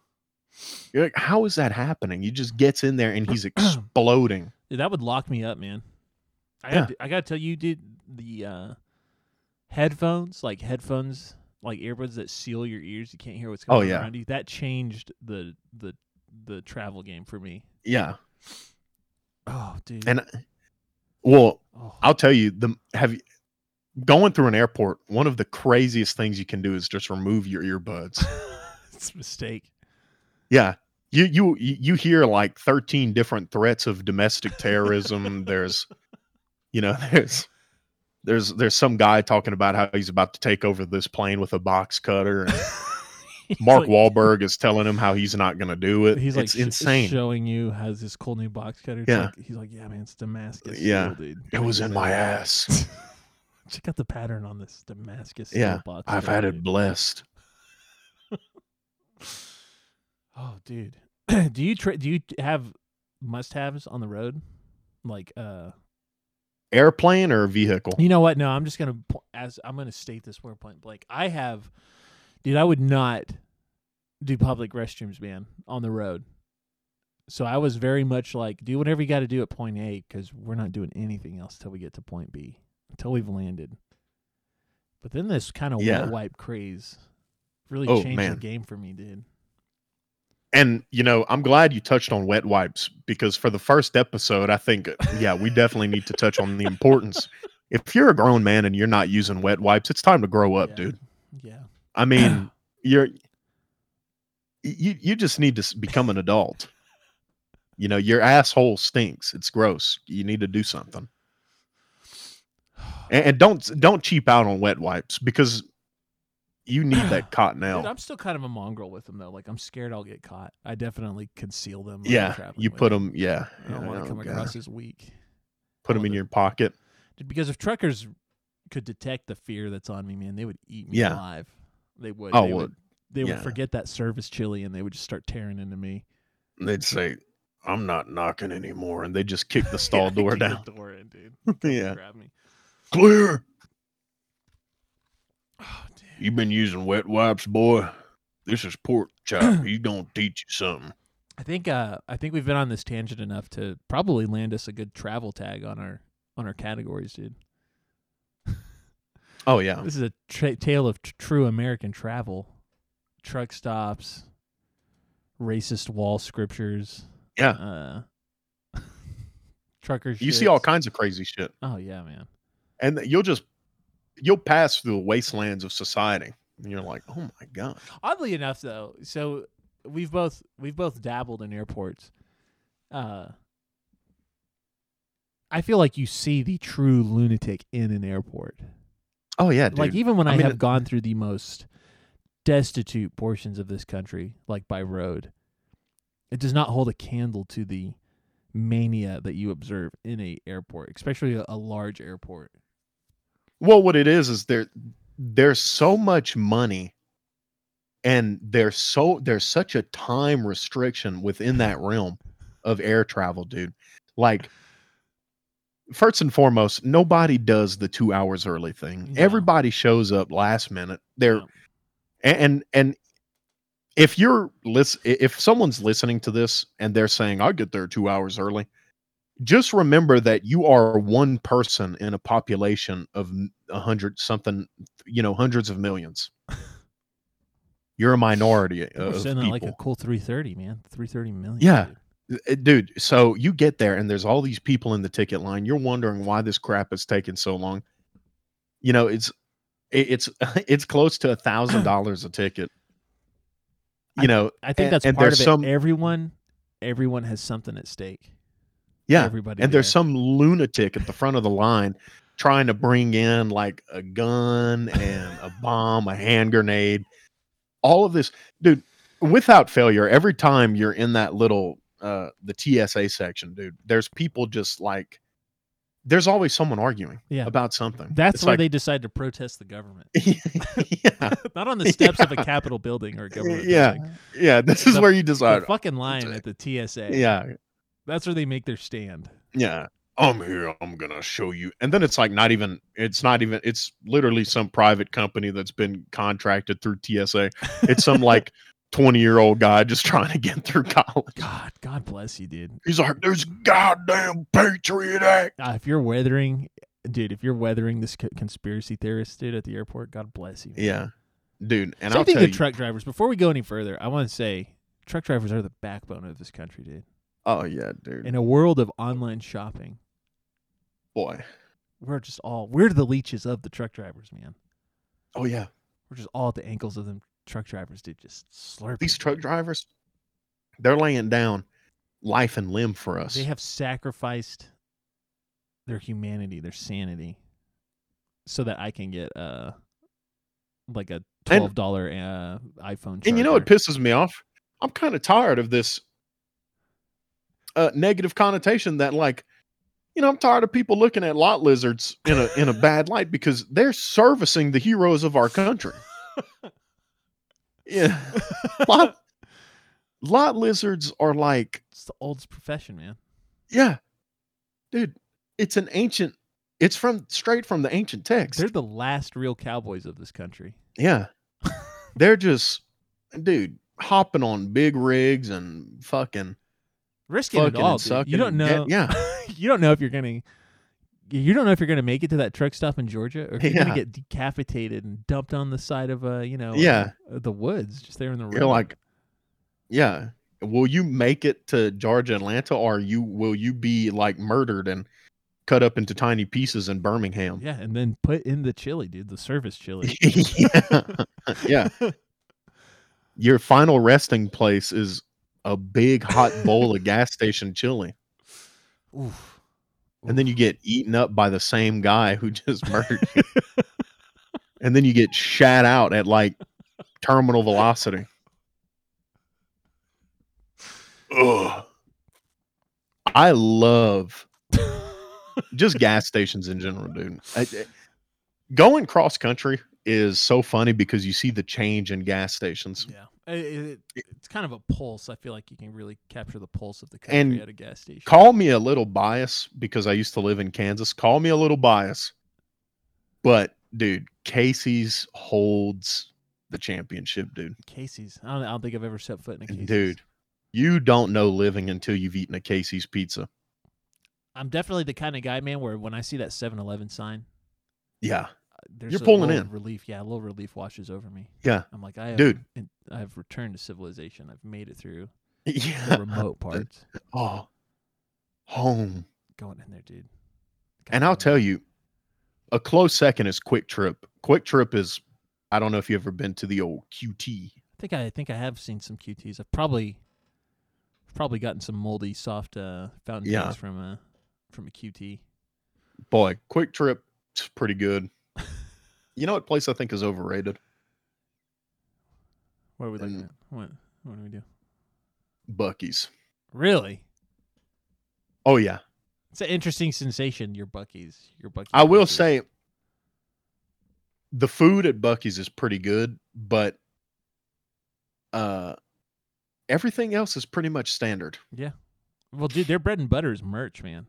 S1: You're like, how is that happening? He just gets in there and he's exploding.
S3: Dude, that would lock me up, man. I
S1: Yeah.
S3: gotta, I gotta tell you, dude, the uh, headphones, like headphones, like earbuds that seal your ears, you can't hear what's
S1: Oh,
S3: going on
S1: yeah.
S3: around you. That changed the the the travel game for me.
S1: Yeah.
S3: Oh, dude.
S1: And Well,
S3: oh.
S1: I'll tell you the have you going through an airport. One of the craziest things you can do is just remove your earbuds.
S3: it's a mistake.
S1: yeah, you you you hear like thirteen different threats of domestic terrorism. there's, you know, there's there's there's some guy talking about how he's about to take over this plane with a box cutter. And
S3: He's
S1: Mark
S3: like-
S1: Wahlberg is telling him how he's not going to do it.
S3: He's
S1: He's
S3: like
S1: it's
S3: sh-
S1: insane.
S3: showing you has this cool new box cutter. It's
S1: Yeah.
S3: like- he's like, yeah, man, it's Damascus.
S1: Yeah.
S3: steel, dude.
S1: it
S3: Like,
S1: was in my ass.
S3: Check out the pattern on this Damascus.
S1: Yeah,
S3: steel box
S1: I've
S3: cutter,
S1: had
S3: dude.
S1: it blessed.
S3: Oh, dude. do you tra- do you t- have must-haves on the road? Like uh
S1: Airplane or vehicle?
S3: you know what? No, I'm just going to pl- as I'm going to state this word point blank. I have dude, I would not do public restrooms, man, on the road. So I was very much like do whatever you got to do at point A cuz we're not doing anything else till we get to point B, until we've landed. But then this kind of
S1: Yeah.
S3: wet wipe craze really
S1: Oh,
S3: changed the
S1: man.
S3: game for me, dude.
S1: And you know, I'm glad you touched on wet wipes because for the first episode, I think yeah, we definitely need to touch on the importance. If you're a grown man and you're not using wet wipes, it's time to grow up,
S3: Yeah.
S1: dude.
S3: Yeah.
S1: I mean, you're you you just need to s- become an adult. You know, your asshole stinks. It's gross. You need to do something. And, and don't don't cheap out on wet wipes because you need that cotton
S3: Dude,
S1: out.
S3: I'm still kind of a mongrel with them though. Like I'm scared I'll get caught. I definitely conceal them. when I'm
S1: Yeah,
S3: traveling
S1: you
S3: with
S1: put them. Yeah, Oh,
S3: I don't
S1: yeah,
S3: want to come
S1: God.
S3: across as weak.
S1: Put them
S3: on
S1: in
S3: the-
S1: your pocket.
S3: Dude, because if truckers could detect the fear that's on me, man, they would eat me
S1: Yeah.
S3: alive. They would.
S1: Oh,
S3: they
S1: well,
S3: would. They
S1: yeah.
S3: would forget that service chili and they would just start tearing into me.
S1: they'd say, "I'm not knocking anymore," and they just kick the stall
S3: Yeah,
S1: door
S3: kick the
S1: down.
S3: door in, dude.
S1: yeah,
S3: Grab me.
S1: clear.
S3: Oh, dude.
S1: You've been using wet wipes, boy. This is pork chop. He's gonna teach you something.
S3: I think uh I think we've been on this tangent enough to probably land us a good travel tag on our on our categories, dude.
S1: Oh yeah,
S3: This is a tra- tale of tr- true American travel. Truck stops, racist wall scriptures.
S1: Yeah.
S3: Uh, truckers.
S1: you see all kinds of crazy shit,
S3: Oh yeah, man.
S1: and you'll just you'll pass through the wastelands of society, and you're like, "Oh my god."
S3: Oddly enough, though, so we've both we've both dabbled in airports. Uh, I feel like you see the true lunatic in an airport.
S1: Oh yeah, dude.
S3: like even when
S1: I
S3: I,
S1: mean,
S3: have
S1: it-
S3: gone through the most destitute portions of this country, like by road, it does not hold a candle to the mania that you observe in a airport, especially a, a large airport.
S1: Well, what it is is there there's so much money and there's so there's such a time restriction within that realm of air travel, dude. Like first and foremost, nobody does the 2 hours early thing.
S3: No.
S1: Everybody shows up last minute. They're
S3: No.
S1: and and, and if you're listen, if someone's listening to this and they're saying I get there 2 hours early, just remember that you are one person in a population of m- a hundred something, you know, hundreds of millions. You're a minority uh,
S3: People are
S1: of
S3: sitting
S1: people.
S3: at like a cool three thirty, man, three thirty million.
S1: Yeah.
S3: dude.
S1: Uh, Dude, so you get there and there's all these people in the ticket line. You're wondering why this crap is taking so long. You know, it's it- it's it's close to a thousand dollars a ticket. You know,
S3: I think
S1: And-
S3: that's
S1: and
S3: part of
S1: there's
S3: it.
S1: some-
S3: everyone, everyone has something at stake.
S1: yeah.
S3: everybody.
S1: And there's
S3: there.
S1: some lunatic at the front of the line trying to bring in like a gun and a bomb, a hand grenade, all of this. Dude, without failure, every time you're in that little uh the TSA section, dude, there's people just like there's always someone arguing
S3: Yeah.
S1: about something.
S3: That's
S1: It's
S3: where
S1: like-
S3: they decide to protest the government.
S1: yeah,
S3: Not on the steps of a Capitol building or a government
S1: Yeah.
S3: building.
S1: yeah. This is
S3: The-
S1: where you
S3: The
S1: decide.
S3: fucking line at the TSA.
S1: Yeah,
S3: That's where they make their stand.
S1: yeah. I'm here. I'm gonna show you. And then it's like not even. It's not even. It's literally some private company that's been contracted through TSA. It's some like twenty year old guy just trying to get through college.
S3: God, God bless you, dude.
S1: He's like, "There's a goddamn Patriot Act."
S3: Ah, if you're weathering, dude, if you're weathering this co- conspiracy theorist, dude, at the airport, God bless you. man.
S1: Yeah, dude. And
S3: Same
S1: I'll
S3: thing
S1: tell
S3: with
S1: you.
S3: truck drivers. Before we go any further, I want to say truck drivers are the backbone of this country, dude.
S1: oh yeah, dude.
S3: In a world of online shopping,
S1: Boy.
S3: we're just all we're the leeches of the truck drivers, man.
S1: Oh yeah.
S3: We're just all at the ankles of them truck drivers, dude. Just slurping.
S1: These truck drivers, they're laying down life and limb for us.
S3: They have sacrificed their humanity, their sanity, so that I can get uh like a
S1: And-
S3: twelve dollar uh iPhone. Charger.
S1: and you know what pisses me off? I'm kind of tired of this uh, negative connotation that, like, you know, I'm tired of people looking at lot lizards in a in a bad light because they're servicing the heroes of our country. yeah, lot lot lizards are like,
S3: it's the oldest profession, man.
S1: yeah, dude, it's an ancient. It's from straight from the ancient text.
S3: They're the last real cowboys of this country.
S1: Yeah. They're just dude hopping on big rigs and fucking
S3: Risking
S1: fucking
S3: it all.
S1: and
S3: dude.
S1: sucking.
S3: You
S1: and
S3: don't
S1: get-
S3: know.
S1: yeah.
S3: you don't know if you're gonna. You don't know if you're gonna make it to that truck stop in Georgia, or if you're
S1: Yeah.
S3: gonna get decapitated and dumped on the side of uh, you know, uh,
S1: Yeah.
S3: the woods, just there in the road.
S1: You're like yeah. Will you make it to Georgia Atlanta or you will you be like murdered and cut up into tiny pieces in Birmingham?
S3: yeah, and then put in the chili, dude, the service chili.
S1: yeah. yeah. Your final resting place is a big hot bowl of gas station chili.
S3: Oof.
S1: and then you get eaten up by the same guy who just murdered you. and then you get shat out at like terminal velocity. Ugh. I love just gas stations in general, dude. I- I- going cross country is so funny because you see the change in gas stations.
S3: yeah, It- it- it's kind of a pulse. I feel like you can really capture the pulse of the country
S1: And
S3: at a gas station.
S1: Call me a little bias because I used to live in Kansas. Call me a little bias. But dude, Casey's holds the championship, dude.
S3: Casey's. I don't, I don't think I've ever set foot in a Casey's.
S1: Dude, you don't know living until you've eaten a Casey's pizza.
S3: I'm definitely the kind of guy, man, where when I see that 7-Eleven sign, uh,
S1: Yeah.
S3: there's
S1: You're
S3: a
S1: pulling
S3: little
S1: in.
S3: relief. Yeah, a little relief washes over me.
S1: Yeah.
S3: I'm like, I have,
S1: Dude.
S3: in- I have returned to civilization. I've made it through the
S1: Yeah.
S3: remote parts.
S1: Oh. Home.
S3: Going in there, dude.
S1: And I'll tell you, a close second is Quick Trip. Quick Trip is I don't know if you've ever been to the old QT.
S3: I think I, I think I have seen some QTs. I've probably, probably gotten some moldy soft uh, fountain
S1: Yeah.
S3: drinks from a from a QT.
S1: Boy, Quick Trip is pretty good. you know what place I think is overrated?
S3: What are we looking
S1: And-
S3: at? What what do we do?
S1: Bucky's.
S3: Really?
S1: Oh yeah.
S3: It's an interesting sensation. Your Bucky's. Your Bucky's.
S1: I will
S3: Bucky's.
S1: say the food at Bucky's is pretty good, but uh everything else is pretty much standard.
S3: Well, dude, their bread and butter is merch, man.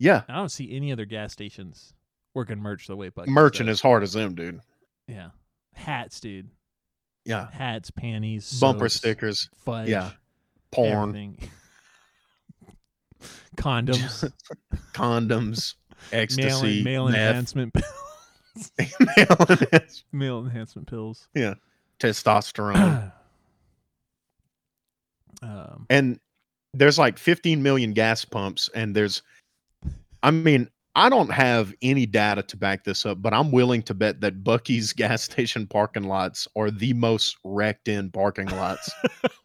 S1: Yeah.
S3: I don't see any other gas stations working merch the way Bucky's
S1: Merching
S3: does.
S1: as hard as them, dude.
S3: Yeah. Hats, dude.
S1: Yeah.
S3: Hats, panties,
S1: Bumper
S3: soaps,
S1: stickers,
S3: fudge,
S1: yeah, porn,
S3: everything. Condoms,
S1: condoms,
S3: mail,
S1: ecstasy,
S3: mail
S1: meth,
S3: enhancement, pill-
S1: mail enhance-
S3: male enhancement pills.
S1: testosterone.
S3: um,
S1: and there's like 15 million gas pumps and there's i mean i don't have any data to back this up but i'm willing to bet that bucky's gas station parking lots are the most wrecked in parking lots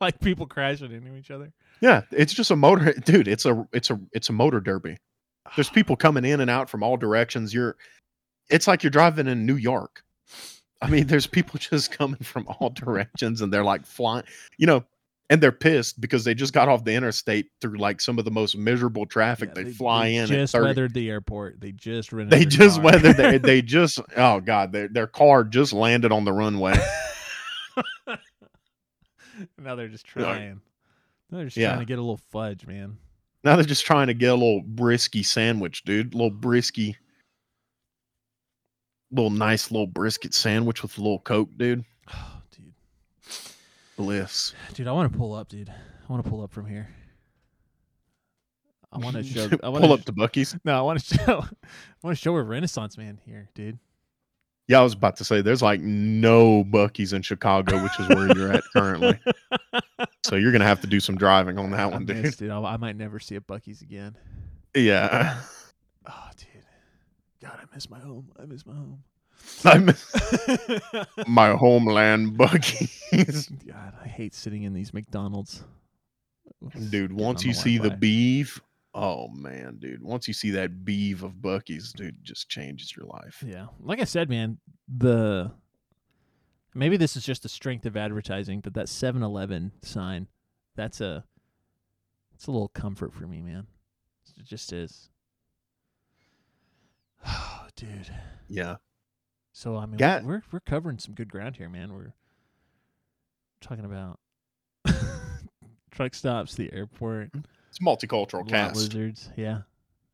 S3: like people crashing into each other.
S1: yeah it's just a motor dude it's a it's a it's a motor derby there's people coming in and out from all directions you're it's like you're driving in new york i mean there's people just coming from all directions and they're like flying you know and they're pissed because they just got off the interstate through like some of the most miserable traffic.
S3: Yeah,
S1: they, fly
S3: they
S1: in
S3: Just
S1: at 30.
S3: weathered the airport. They just rented.
S1: They
S3: their
S1: just
S3: car.
S1: weathered. They, they just oh god, their their car just landed on the runway.
S3: now they're just
S1: They're like-
S3: trying. Now they're just
S1: Yeah.
S3: trying to get a little fudge, man.
S1: now they're just trying to get a little brisky sandwich, dude. A little brisky, little nice little brisket sandwich with a little coke, dude.
S3: Oh, dude,
S1: Bliss.
S3: dude, I want to pull up, dude. I want to pull up from here. I want to show. I want
S1: Pull up to Bucky's.
S3: No, I want to show. I want to show a Renaissance man here, dude.
S1: Yeah, I was about to say there's like no Bucky's in Chicago, which is where you're at currently. So you're gonna have to do some driving on that
S3: I
S1: one, dude.
S3: missed it. I, I might never see a Bucky's again.
S1: Yeah.
S3: Oh, dude. God, I miss my home. I miss my home.
S1: I miss my homeland Bucky's.
S3: God, I hate sitting in these McDonald's.
S1: Dude, once
S3: on
S1: you
S3: the
S1: see the
S3: Wi-Fi.
S1: beef, oh man, dude. Once you see that beef of Bucky's, dude, it just changes your life.
S3: Yeah. Like I said, man, the maybe this is just the strength of advertising, but that 7-Eleven sign, that's a it's a little comfort for me, man. It just is. Oh, dude.
S1: Yeah.
S3: So I mean,
S1: Got-
S3: we're we're covering some good ground here, man. We're talking about truck stops, the airport,
S1: It's multicultural
S3: lot
S1: cast.
S3: lizards. Yeah,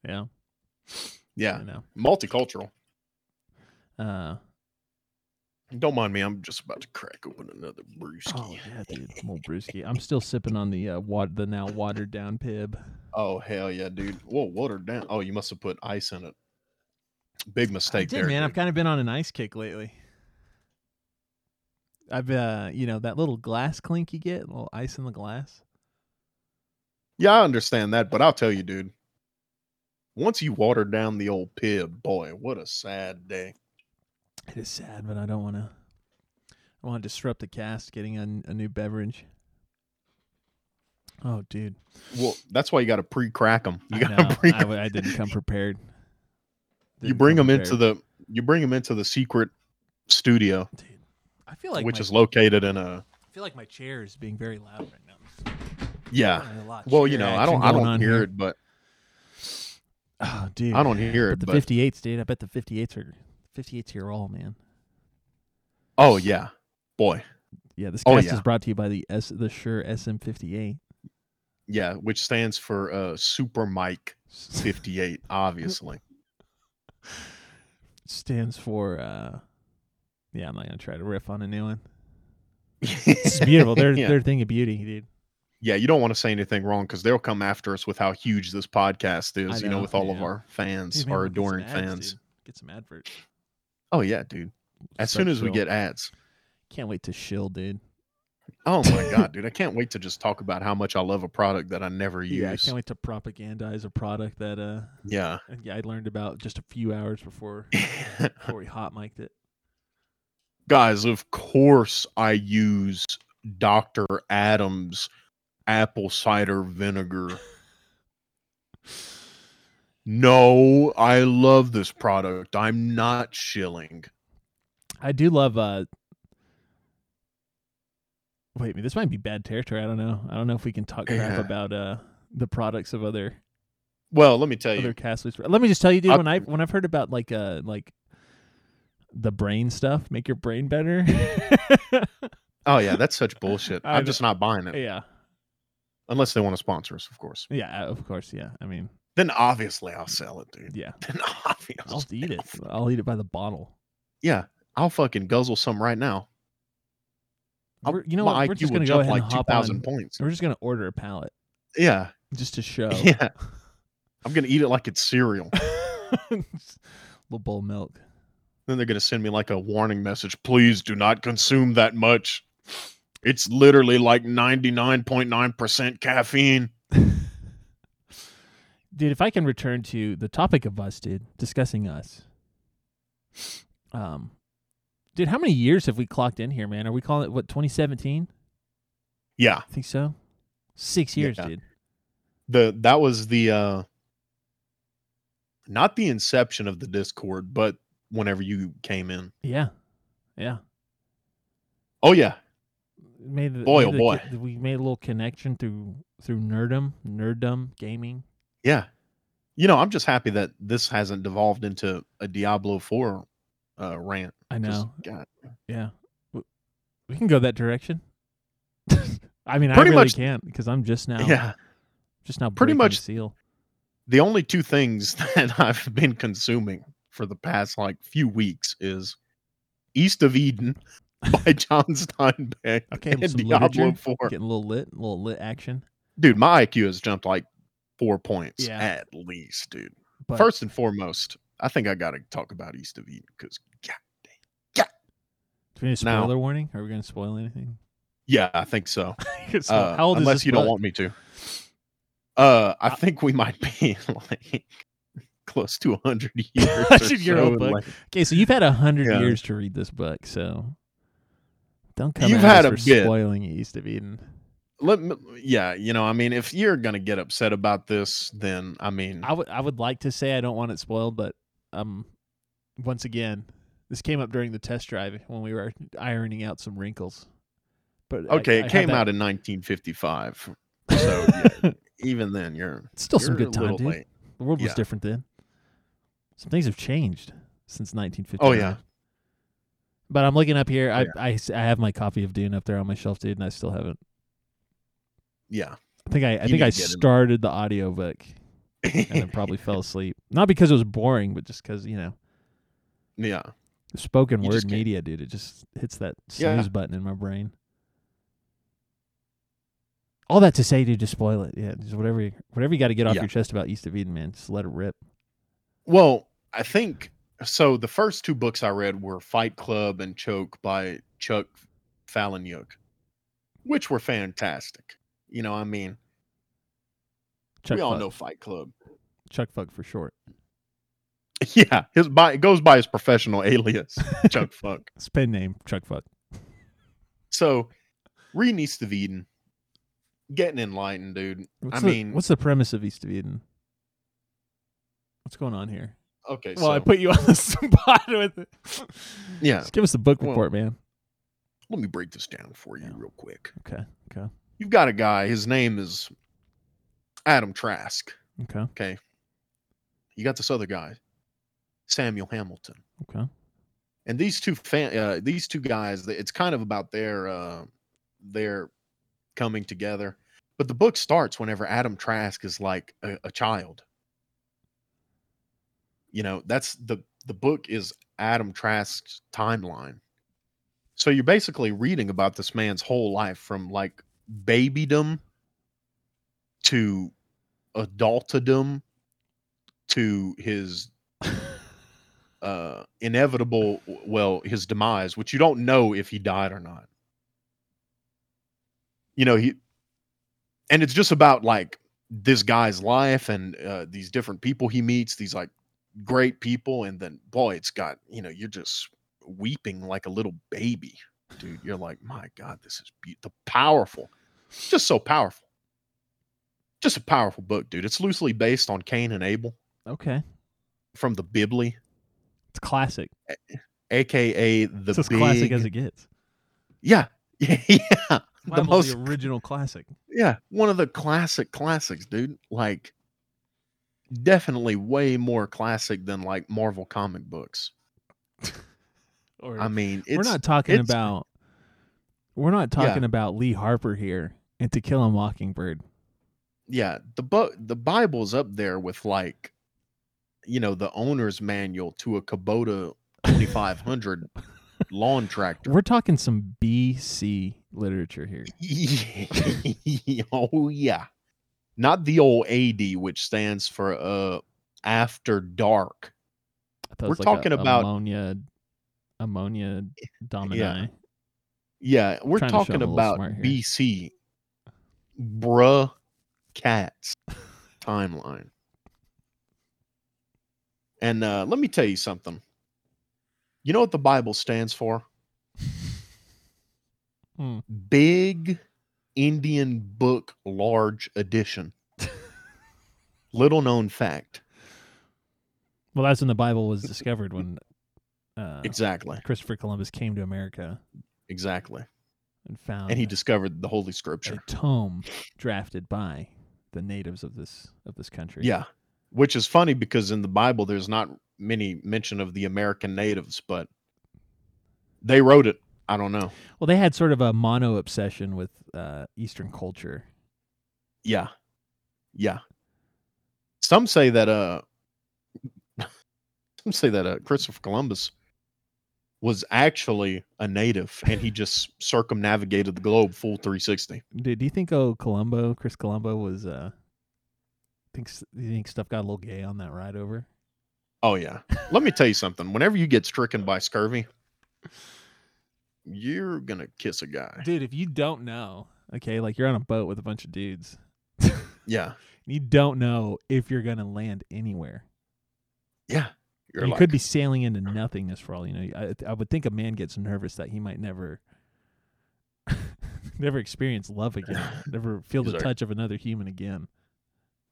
S3: yeah,
S1: Yeah.
S3: I know.
S1: Multicultural.
S3: Uh,
S1: Don't mind me. I'm just about to crack open another brewski.
S3: oh
S1: Oh,
S3: yeah, dude, more brewski. I'm still sipping on the uh, water, the now watered down pib.
S1: Oh, hell yeah, dude. Whoa, water down. Oh, you must have put ice in it. Big
S3: I
S1: mistake
S3: did,
S1: there.
S3: man. I've
S1: dude.
S3: kind of been on an ice kick lately. I've, uh, you know, that little glass clink you get, little ice in the glass.
S1: Yeah, I understand that, but I'll tell you, dude. Once you water down the old pib, boy, what a sad day.
S3: It is sad, but I don't want to. I want to disrupt the cast getting a, a new beverage. Oh, dude,
S1: Well, that's why you got to pre-crack them. You
S3: I,
S1: got
S3: know.
S1: to pre.
S3: I, w- I didn't come prepared.
S1: You bring them into the you bring them into the secret studio,
S3: the. Dude, I feel like
S1: which
S3: my,
S1: is located in a
S3: I feel like my chair is being very loud right now.
S1: yeah.
S3: There's a lot of
S1: Well, you
S3: chair
S1: know, I
S3: action
S1: don't I
S3: going
S1: don't
S3: on
S1: hear
S3: here.
S1: it, but
S3: Oh, dude,
S1: I don't hear
S3: But
S1: it.
S3: the
S1: But
S3: 58s, dude. I bet the 58s are 58s here all man.
S1: oh yeah, boy,
S3: Yeah, this
S1: Oh,
S3: cast
S1: yeah.
S3: is brought to you by the S the Sure SM58.
S1: yeah, which stands for uh, Super Mike fifty eight, obviously.
S3: stands for uh yeah i'm not gonna try to riff on a new one it's beautiful they're
S1: Yeah.
S3: they're a thing of beauty dude
S1: yeah, you don't want to say anything wrong because they'll come after us with how huge this podcast is.
S3: I
S1: you know,
S3: know,
S1: with all of
S3: yeah.
S1: our fans,
S3: Dude, man,
S1: our
S3: we'll get some
S1: adoring
S3: ads,
S1: fans.
S3: dude. get some adverts
S1: Oh yeah, dude. As
S3: Suck
S1: soon as we
S3: shill.
S1: get ads.
S3: can't wait to shill dude
S1: Oh my god, dude! I can't wait to just talk about how much I love a product that I never use.
S3: yeah i can't wait to propagandize a product that uh
S1: Yeah.
S3: yeah, i learned about just a few hours before before we hot mic'd it
S1: Guys, of course I use Dr. Adams apple cider vinegar. No, I love this product. I'm not shilling.
S3: i do love uh wait this might be bad territory i don't know i don't know if we can talk crap
S1: Yeah.
S3: about uh the products of other
S1: Well, let me tell
S3: other
S1: Oh, you.
S3: castles. Let me just tell you, dude.
S1: I-
S3: when I when I've heard about like uh like the brain stuff, make your brain better.
S1: Oh yeah, that's such bullshit.
S3: I
S1: I'm
S3: know.
S1: just not buying it
S3: yeah,
S1: unless they want to sponsor us, of course.
S3: yeah. uh, Of course, yeah. I mean,
S1: Then obviously I'll sell it, dude.
S3: yeah.
S1: Then obviously
S3: I'll eat it. I'll eat it by the bottle.
S1: Yeah, I'll fucking guzzle some right now. I'll-
S3: We're, you know
S1: my
S3: what? We're
S1: IQ
S3: just
S1: will
S3: gonna go
S1: jump
S3: ahead and
S1: like
S3: hop
S1: 2,000
S3: on.
S1: points.
S3: We're just gonna order a pallet
S1: Yeah,
S3: just to show.
S1: yeah. I'm gonna eat it like it's cereal.
S3: little bowl of milk.
S1: Then they're going to send me like a warning message. Please do not consume that much. It's literally like 99.9% caffeine.
S3: dude if i can return to the topic of us dude discussing us um dude how many years have we clocked in here man are we calling it what 2017
S1: Yeah.
S3: i think so six years
S1: Yeah.
S3: dude
S1: The that was the uh not the inception of the Discord, but whenever you came in.
S3: yeah yeah
S1: Oh yeah.
S3: made the,
S1: Boy,
S3: made
S1: oh
S3: the-
S1: boy.
S3: the- we made a little connection through through nerdum, nerdum gaming.
S1: Yeah. You know, I'm just happy that this hasn't devolved into a Diablo 4 uh, rant.
S3: I know.
S1: 'Cause, God,
S3: Yeah, we, we can go that direction. I mean, I
S1: Pretty
S3: really
S1: much-
S3: can't because I'm just now,
S1: Yeah.
S3: just now
S1: Pretty
S3: breaking
S1: much-
S3: the seal.
S1: The only two things that I've been consuming for the past like few weeks is East of Eden by John Steinbeck
S3: Okay,
S1: and
S3: some
S1: Diablo
S3: literature,
S1: 4.
S3: getting a little lit, a little lit action.
S1: Dude, my IQ has jumped like four points
S3: Yeah.
S1: at least, dude.
S3: But
S1: First and foremost, I think I got to talk about East of Eden because,
S3: do we need a
S1: now-
S3: spoiler warning? Are we going to spoil anything?
S1: yeah, I think so.
S3: So
S1: Uh,
S3: how old is
S1: unless
S3: this
S1: you don't
S3: bud?
S1: want me to. Uh, I
S3: I-
S1: think we might be like close to 100 years.
S3: I
S1: or
S3: should hear
S1: so
S3: a
S1: in
S3: book.
S1: length.
S3: Okay, so you've had a hundred
S1: Yeah.
S3: years to read this book, so don't come.
S1: You've had
S3: at us
S1: a
S3: for
S1: bit.
S3: spoiling East of Eden.
S1: Let me, yeah, you know, I mean, if you're gonna get upset about this, then I mean,
S3: I would I would like to say I don't want it spoiled, but um, once again, this came up during the test drive when we were ironing out some wrinkles. But I-
S1: okay,
S3: I
S1: it
S3: had
S1: came
S3: that-
S1: out in 1955, so yeah, even then, you're
S3: It's still some
S1: you're
S3: good
S1: a
S3: time,
S1: little
S3: dude.
S1: late.
S3: The world was
S1: Yeah.
S3: different then. Some things have changed since 1950.
S1: Oh, yeah.
S3: But I'm looking up here.
S1: Oh,
S3: I,
S1: yeah.
S3: I s- I have my copy of Dune up there on my shelf, dude, and I still haven't.
S1: Yeah,
S3: I think I, I
S1: You
S3: think
S1: need
S3: I
S1: to get in.
S3: started the audiobook and then probably fell asleep. Not because it was boring, but just because you know
S1: yeah.
S3: spoken
S1: You just
S3: word
S1: can't-
S3: media, dude. It just hits that snooze
S1: Yeah.
S3: button in my brain. All that to say, dude, just spoil it. Yeah, just whatever, you, whatever you got to get off
S1: Yeah.
S3: your chest about East of Eden, man. Just let it rip.
S1: Well, I think so. The first two books I read were Fight Club and Choke by Chuck Palahniuk, which were fantastic. You know, I mean,
S3: Chuck
S1: we all
S3: fuck.
S1: know Fight Club.
S3: Chuck Fuck for short.
S1: Yeah, his by it goes by his professional alias, Chuck Fuck.
S3: His pen name Chuck Fuck.
S1: So, reading East of Eden, getting enlightened, dude.
S3: What's
S1: I
S3: the,
S1: mean-
S3: what's the premise of East of Eden? What's going on here?
S1: Okay,
S3: well,
S1: so
S3: I put you on the spot with it.
S1: uh, Yeah.
S3: Just give us the book
S1: Well-
S3: report, man.
S1: let me break this down for you
S3: Yeah.
S1: real quick.
S3: Okay. Okay.
S1: You've got a guy. His name is Adam Trask.
S3: Okay.
S1: Okay. You got this other guy, Samuel Hamilton.
S3: Okay.
S1: and these two fan, uh, these two guys th- it's kind of about their uh, their coming together but the book starts whenever adam trask is like a, a child you know that's the the book is adam trask's timeline so you're basically reading about this man's whole life from like babydom to adultedom to his uh inevitable well his demise which you don't know if he died or not you know he and it's just about like this guy's life and uh, these different people he meets these like great people and then boy it's got you know you're just weeping like a little baby dude you're like my god this is be- the powerful just so powerful just a powerful book dude it's loosely based on cain and abel
S3: Okay.
S1: from the bibli
S3: It's classic.
S1: aka the
S3: it's as
S1: big,
S3: classic as it gets.
S1: yeah yeah yeah the
S3: Bible,
S1: most
S3: original classic.
S1: yeah one of the classic classics dude like definitely way more classic than like marvel comic books
S3: Or
S1: i mean it's
S3: we're not talking
S1: it's-
S3: about we're not talking about Lee Harper here and To Kill a Mockingbird.
S1: yeah the book the bible's up there with like you know the owner's manual to a kubota 2500 lawn tractor
S3: We're talking some BC literature here.
S1: oh yeah not the old ad which stands for uh after dark
S3: I thought
S1: We're
S3: it was like a-
S1: talking about-
S3: ammonia, ammonia domini.
S1: Yeah, we're
S3: Trying to show
S1: talking
S3: I'm a little
S1: about
S3: smart here.
S1: BC, bruh, cats timeline. And uh, let me tell you something. You know what the Bible stands for?
S3: Hmm.
S1: Big Indian Book Large Edition. Little known fact.
S3: Well, that's when the Bible was discovered when uh,
S1: Exactly.
S3: Christopher Columbus came to America.
S1: Exactly.
S3: and found
S1: and he discovered the Holy Scripture.
S3: a tome drafted by the natives of this of this country.
S1: Yeah. Which is funny because in the Bible there's not many mention of the American natives, but they wrote it. I don't know.
S3: Well, they had sort of a mono obsession with uh, Eastern culture.
S1: Yeah. Yeah. Some say that uh some say that uh Christopher Columbus was actually a native and he just circumnavigated the globe full 360.
S3: Dude, do you think oh Columbo, Chris Columbo was uh thinks you think stuff got a little gay on that ride over?
S1: Oh yeah. Let me tell you something. Whenever you get stricken by scurvy, you're going to kiss a guy.
S3: Dude, if you don't know, okay, like you're on a boat with a bunch of dudes.
S1: Yeah.
S3: You don't know if you're gonna land anywhere.
S1: Yeah. You're
S3: you
S1: like,
S3: could be sailing into nothingness for all you know. I, I would think a man gets nervous that he might never, never experience love again, never feel
S1: He's
S3: the
S1: like-
S3: touch of another human again.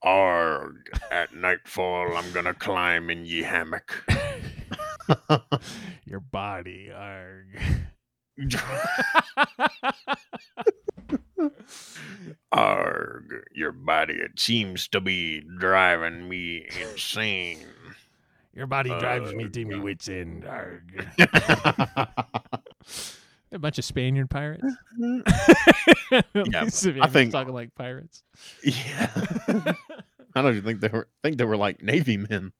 S1: Arg, at nightfall, I'm gonna climb in ye hammock.
S3: Your body, arg.
S1: Arg, your body, it seems to be driving me insane.
S3: Your body
S1: drives me
S3: to me wits end, arg. A bunch of Spaniard pirates. These Spaniards
S1: think-
S3: talking like pirates.
S1: yeah. I don't even think they were, I think they were like Navy men.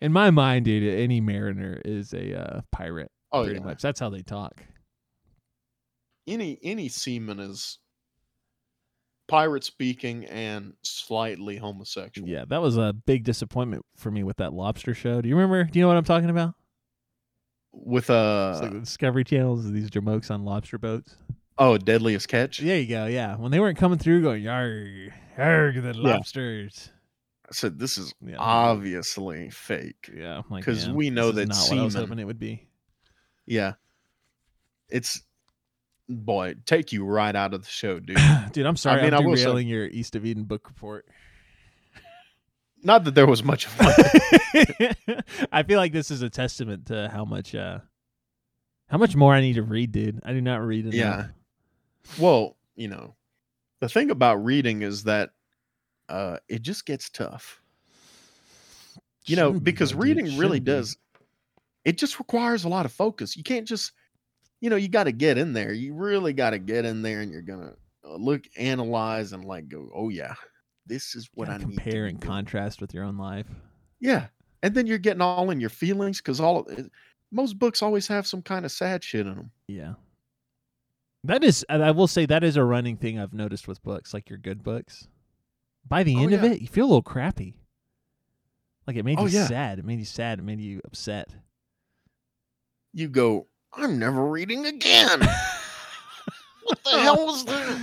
S3: In my mind, dude, any mariner is a uh, pirate.
S1: Oh,
S3: pretty
S1: yeah.
S3: much. That's how they talk.
S1: Any, any seaman is pirate speaking and slightly homosexual.
S3: Yeah, that was a big disappointment for me with that lobster show. Do you remember? Do you know what I'm talking about?
S1: With
S3: It's
S1: uh,
S3: like the Discovery Channels, these jamokes on lobster boats.
S1: oh, deadliest catch.
S3: There you go. Yeah, when they weren't coming through, going yarg, yarg, the lobsters.
S1: I said this is
S3: Yeah,
S1: obviously fake.
S3: yeah. I'm like,
S1: Uh, 'cause
S3: man,
S1: we know
S3: this
S1: that
S3: is not what I was
S1: seamen-
S3: hoping it would be.
S1: Yeah. It's boy, it'd take you right out of the show, dude.
S3: Dude, I'm sorry. I
S1: mean, I
S3: am
S1: will say-
S3: derailing your East of Eden book report.
S1: Not that there was much of one.
S3: I feel like this is a testament to how much, uh how much more I need to read, dude. I do not read enough.
S1: Yeah. well, you know, the thing about reading is that uh it just gets tough. You know,
S3: Shouldn't be,
S1: because
S3: though, dude.
S1: reading really
S3: Shouldn't be.
S1: does it just requires a lot of focus. You can't just you know, you got to get in there. You really got to get in there and you're going to look analyze and like go, "Oh yeah, this is what
S3: Gotta
S1: I need to
S3: compare
S1: be
S3: and
S1: doing."
S3: contrast with your own life.
S1: Yeah, and then you're getting all in your feelings because all it- most books always have some kind of sad shit in them.
S3: Yeah. That is, and I will say, that is a running thing I've noticed with books, like your good books. By the
S1: Oh,
S3: end of
S1: yeah.
S3: it, you feel a little crappy. Like it made
S1: Oh,
S3: you
S1: yeah.
S3: sad. It made you sad. It made you upset.
S1: You go, I'm never reading again. what the hell was that?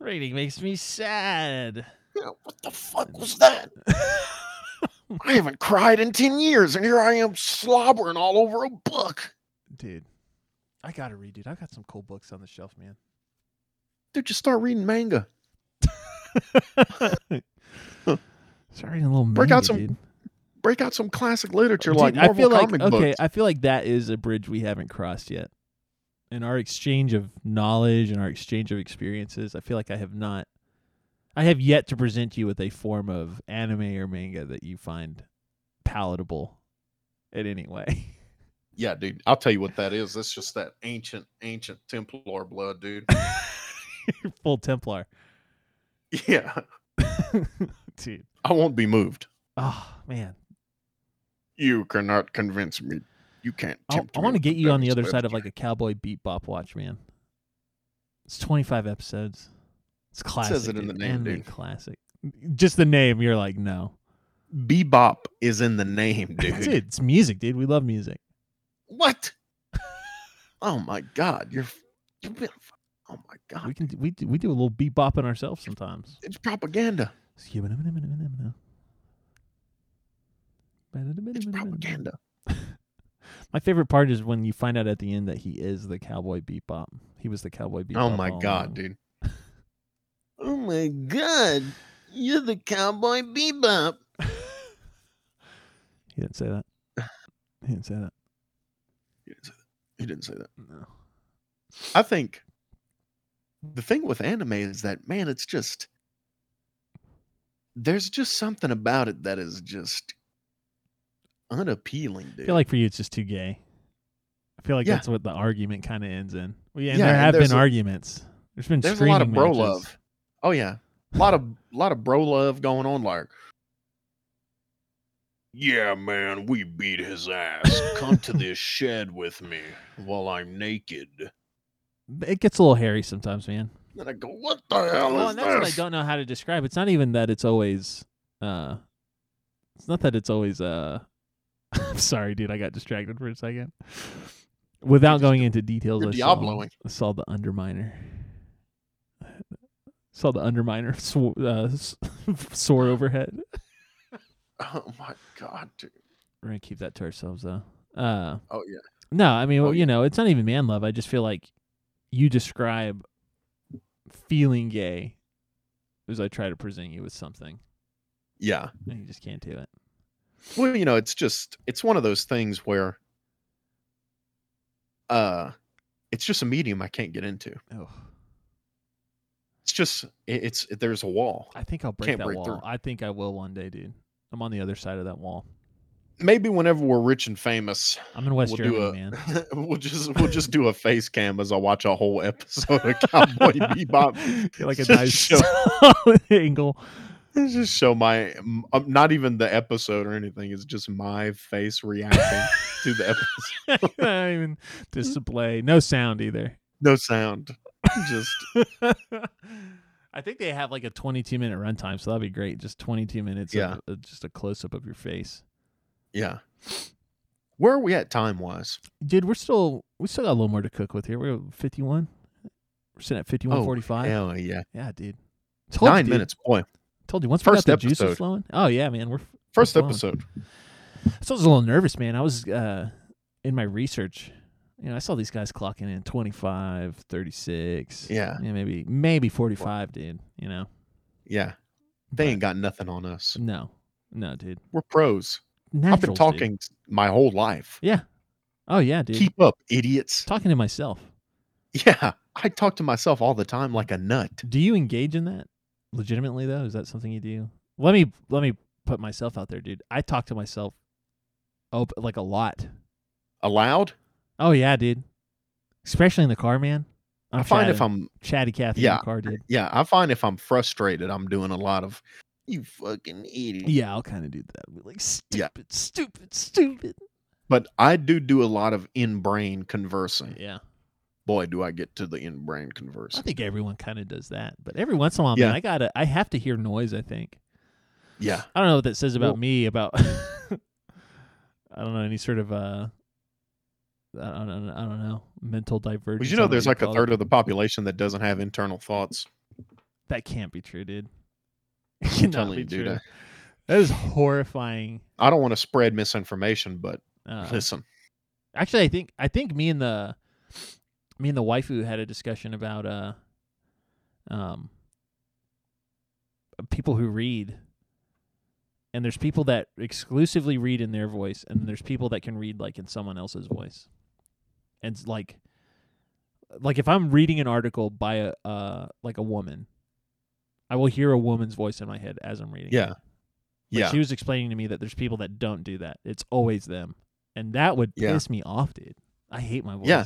S3: Reading makes me sad.
S1: Yeah, What the fuck was that? I haven't cried in ten years, and here I am slobbering all over a book.
S3: dude, I gotta read, dude. I've got some cool books on the shelf, man.
S1: Dude, just start reading manga.
S3: Start reading a little
S1: Break
S3: manga,
S1: out some
S3: dude.
S1: Break out some classic literature
S3: Dude,
S1: like Marvel
S3: I feel like
S1: comic
S3: okay,
S1: books.
S3: I feel like that is a bridge we haven't crossed yet. In our exchange of knowledge and our exchange of experiences, I feel like I have not I have yet to present you with a form of anime or manga that you find palatable in any way.
S1: yeah, dude, I'll tell you what that is. That's just that ancient, ancient Templar blood, dude.
S3: You're full Templar.
S1: yeah,
S3: Dude.
S1: I won't be moved.
S3: Oh man.
S1: You cannot convince me. You can't.
S3: I, I want to get you on the other side of like a cowboy beat bop watch, man. It's twenty five episodes. It's classic.
S1: it in
S3: dude.
S1: the name,
S3: Anime
S1: dude.
S3: Classic. Just the name, you're like, no.
S1: bebop is in the name, dude.
S3: That's it. It's music, dude. We love music.
S1: What? oh my god, you're. you oh my
S3: We
S1: god,
S3: can we do, we do a little bebopping ourselves sometimes.
S1: it's propaganda. It's propaganda.
S3: My favorite part is when you find out at the end that he is the cowboy bebop. He was the cowboy bebop.
S1: Oh my
S3: all
S1: god,
S3: along.
S1: dude. Oh my god, you're the cowboy bebop.
S3: He didn't say that. He didn't say that.
S1: He didn't say that.
S3: No.
S1: I think the thing with anime is that man, it's just there's just something about it that is just unappealing,
S3: I
S1: dude.
S3: feel like for you, it's just too gay. I feel like
S1: Yeah.
S3: that's what the argument kind of ends in. Well, yeah, and
S1: Yeah,
S3: there
S1: and
S3: have
S1: there's
S3: been
S1: a-
S3: arguments. There's been
S1: there's a lot of
S3: screaming
S1: bro
S3: matches.
S1: love. Oh yeah, a lot of a lot of bro love going on. Like, yeah, man, we beat his ass. Come to this shed with me while I'm naked.
S3: It gets a little hairy sometimes, man.
S1: Then I go, what the hell
S3: Well,
S1: is
S3: Oh, and that's what I
S1: this?
S3: don't know how to describe. It's not even that it's always. uh It's not that it's always. uh I'm sorry, dude. I got distracted for a second. Without
S1: just-
S3: going into details,
S1: You're
S3: I saw-
S1: Diabloing.
S3: I saw the underminer. Saw the underminer sw- uh, s- soar overhead.
S1: Oh my god, dude.
S3: We're gonna keep that to ourselves, though. Uh,
S1: Oh yeah.
S3: no, I mean,
S1: Oh,
S3: well,
S1: yeah.
S3: you know, it's not even man love. I just feel like you describe feeling gay as I try to present you with something,
S1: Yeah.
S3: and you just can't do it.
S1: Well, you know, it's just it's one of those things where uh it's just a medium I can't get into.
S3: Oh,
S1: It's just it, it's there's a wall.
S3: I think I'll break
S1: Can't
S3: that
S1: break
S3: wall.
S1: through.
S3: I think I will one day, dude. I'm on the other side of that wall.
S1: Maybe whenever we're rich and famous,
S3: I'm in West
S1: We'll do
S3: Germany,
S1: a-
S3: man.
S1: we'll just we'll just do a face cam as I watch a whole episode of Cowboy Bebop.
S3: Get like a
S1: Just
S3: nice
S1: show-
S3: angle.
S1: Just show my um, not even the episode or anything. It's just my face reacting to the episode.
S3: not even display. No sound either.
S1: No sound. Just
S3: I think they have like a 22 minute runtime, so that'd be great. Just 22 minutes
S1: Yeah.
S3: of uh, just a close up of your face.
S1: yeah. Where are we at time wise?
S3: Dude, we're still we still got a little more to cook with here. We're at 51. We're sitting at 5145. yeah.
S1: Hell yeah.
S3: dude. Told you,
S1: Oh, Nine
S3: dude.
S1: minutes, boy.
S3: Told you once
S1: First
S3: we got the juices
S1: episode.
S3: flowing. Oh yeah, man. We're
S1: First
S3: flowing.
S1: episode.
S3: So I was a little nervous, man. I was uh, in my research. You know, I saw these guys clocking in 25, 36.
S1: Yeah,
S3: Yeah, maybe maybe 45, dude. You know,
S1: yeah. They ain't got nothing on us.
S3: no, no, dude.
S1: We're pros. I've been
S3: Naturals, dude.
S1: talking my whole life.
S3: Yeah. Oh yeah, dude.
S1: Keep up, idiots.
S3: talking to myself.
S1: Yeah, I talk to myself all the time like a nut.
S3: Do you engage in that legitimately though? Is that something you do? Let me let me put myself out there, dude. I talk to myself, oh, like a lot.
S1: Allowed?
S3: Oh yeah, dude. Especially in the car, man. I'm
S1: i find if
S3: chatting-
S1: I'm
S3: chatty Cathy in
S1: Yeah.
S3: the car, dude.
S1: yeah, I find if I'm frustrated, I'm doing a lot of you fucking idiot.
S3: Yeah, I'll kind of do that. Be like stupid,
S1: Yeah.
S3: stupid, stupid.
S1: But I do do a lot of in brain conversing.
S3: Yeah,
S1: Boy, do I get to the in brain
S3: I
S1: conversing.
S3: think everyone kind of does that, but every once in a while,
S1: Yeah.
S3: man, I gotta, I have to hear noise. I think
S1: Yeah,
S3: I don't know what that says about
S1: Well-
S3: me. About I don't know any sort of uh, I don't, I don't, I don't know mental divergence.
S1: but
S3: I
S1: you
S3: don't
S1: know, there's
S3: what
S1: like a
S3: call
S1: third
S3: it.
S1: of the population that doesn't have internal thoughts.
S3: that can't be true, dude. It cannot
S1: telling
S3: be
S1: you, dude,
S3: true.
S1: I-
S3: That is horrifying.
S1: I don't want to spread misinformation, but
S3: Uh,
S1: listen,
S3: Actually, I think I think me and the me and the waifu had a discussion about uh um people who read. And there's people that exclusively read in their voice and there's people that can read like in someone else's voice. And it's like like if I'm reading an article by a uh like a woman, I will hear a woman's voice in my head as I'm reading. it.
S1: yeah,
S3: Like,
S1: yeah.
S3: She was explaining to me that there's people that don't do that. It's always them. And that would
S1: Yeah.
S3: piss me off, dude. I hate my voice.
S1: Yeah.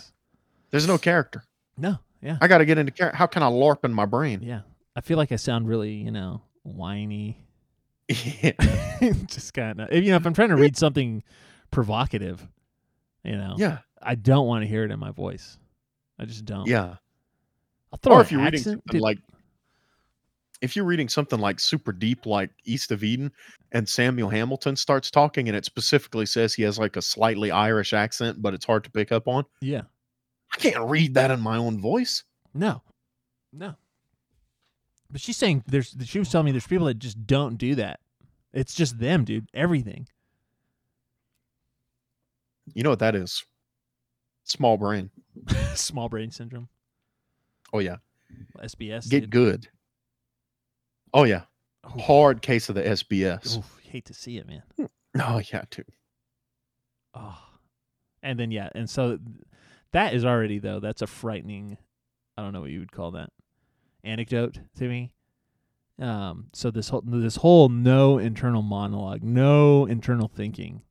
S1: There's no character.
S3: No. Yeah.
S1: I got to get into character. How can I LARP in my brain?
S3: Yeah. I feel like I sound really, you know, whiny. Just kind of, you know, if I'm trying to read something provocative, you know,
S1: yeah,
S3: I don't want to hear it in my voice. I just don't.
S1: yeah.
S3: I'll throw
S1: or
S3: an
S1: if you're reading
S3: accent,
S1: something
S3: dude.
S1: like, if you're reading something like super deep, like East of Eden, and Samuel Hamilton starts talking, and it specifically says he has like a slightly Irish accent, but it's hard to pick up on.
S3: yeah.
S1: I can't read that in my own voice.
S3: No. No. But she's saying there's, she was telling me there's people that just don't do that. It's just them, dude. Everything.
S1: You know what that is? Small brain.
S3: Small brain syndrome.
S1: Oh yeah,
S3: SBS.
S1: get
S3: dude.
S1: good. Oh yeah,
S3: Oof.
S1: hard case of the SBS.
S3: Oof, hate to see it, man. Ah.
S1: Oh yeah, too.
S3: Oh. And then yeah, and so th- That is already though. That's a frightening. I don't know what you would call that anecdote to me. Um, so this whole this whole no internal monologue, no internal thinking.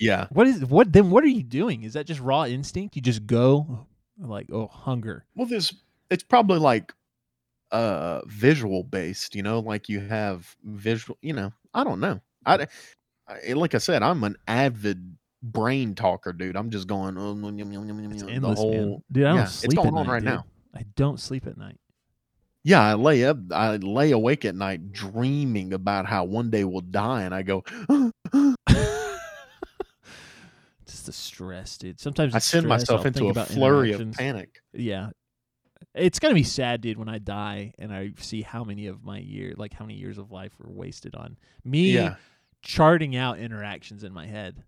S1: Yeah.
S3: What is what then? What are you doing? Is that just raw instinct? You just go like oh hunger.
S1: Well, there's it's probably like uh visual based, you know, like you have visual, you know, I don't know. I, I eh, like I said, I'm an avid brain talker, dude. I'm just going oh, mm, mm, mm, mm,
S3: It's
S1: mm,
S3: endless,
S1: the whole
S3: man. Dude, I don't
S1: yeah, it's
S3: sleep
S1: going
S3: at
S1: on
S3: night,
S1: right
S3: dude.
S1: now.
S3: I don't sleep at night.
S1: Yeah, I lay up, I lay awake at night dreaming about how one day we'll die, and I go,
S3: Just the stress, dude. Sometimes
S1: I
S3: it's
S1: send
S3: stress,
S1: myself
S3: I'll think
S1: into a
S3: about
S1: flurry of
S3: interactions.
S1: panic.
S3: Yeah, it's gonna be sad, dude, when I die and I see how many of my year, like how many years of life were wasted on me
S1: Yeah,
S3: charting out interactions in my head.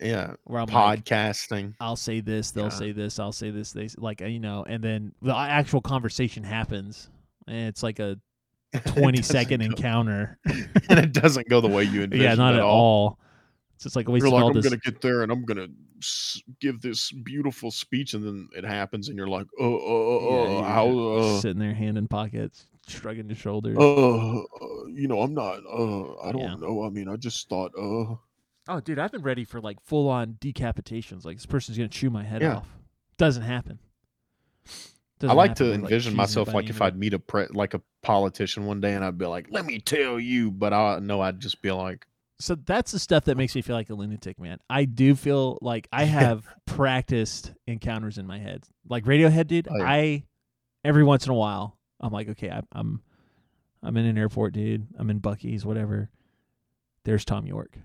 S1: yeah,
S3: Where I'm like,
S1: podcasting.
S3: I'll say this, they'll
S1: Yeah.
S3: say this, I'll say this, they s- like uh, you know, and then the actual conversation happens, and it's like a
S1: It
S3: twenty
S1: doesn't
S3: second
S1: go-
S3: encounter.
S1: and it doesn't go the way you envisioned.
S3: yeah, not
S1: at
S3: at all. It's just like a waste
S1: You're
S3: of
S1: like,
S3: all
S1: I'm
S3: this.
S1: gonna get there, and I'm gonna s- give this beautiful speech, and then it happens, and you're like, oh, oh,
S3: Yeah,
S1: oh,
S3: you're
S1: how, uh,
S3: sitting there, hand in pockets, shrugging your shoulders.
S1: uh, uh, you know, I'm not, uh, I don't
S3: Yeah.
S1: know. I mean, I just thought, uh,
S3: Oh, dude, I've been ready for like full on decapitations. Like this person's gonna chew my head
S1: Yeah.
S3: off. Doesn't happen.
S1: I
S3: Doesn't
S1: like
S3: happen.
S1: to
S3: We're,
S1: envision
S3: cheesing
S1: myself
S3: by
S1: like
S3: the
S1: if
S3: end
S1: I'd meet a pre- like a politician one day, and I'd be like, "Let me tell you," but I know I'd just be like,
S3: of- So that's the stuff that makes me feel like a lunatic, man. I do feel like I have practiced encounters in my head. Like Radiohead, dude.
S1: Oh, yeah.
S3: I every once in a while, I'm like, okay, I'm I'm I'm in an airport, dude. I'm in Bucky's, whatever. There's Tom York.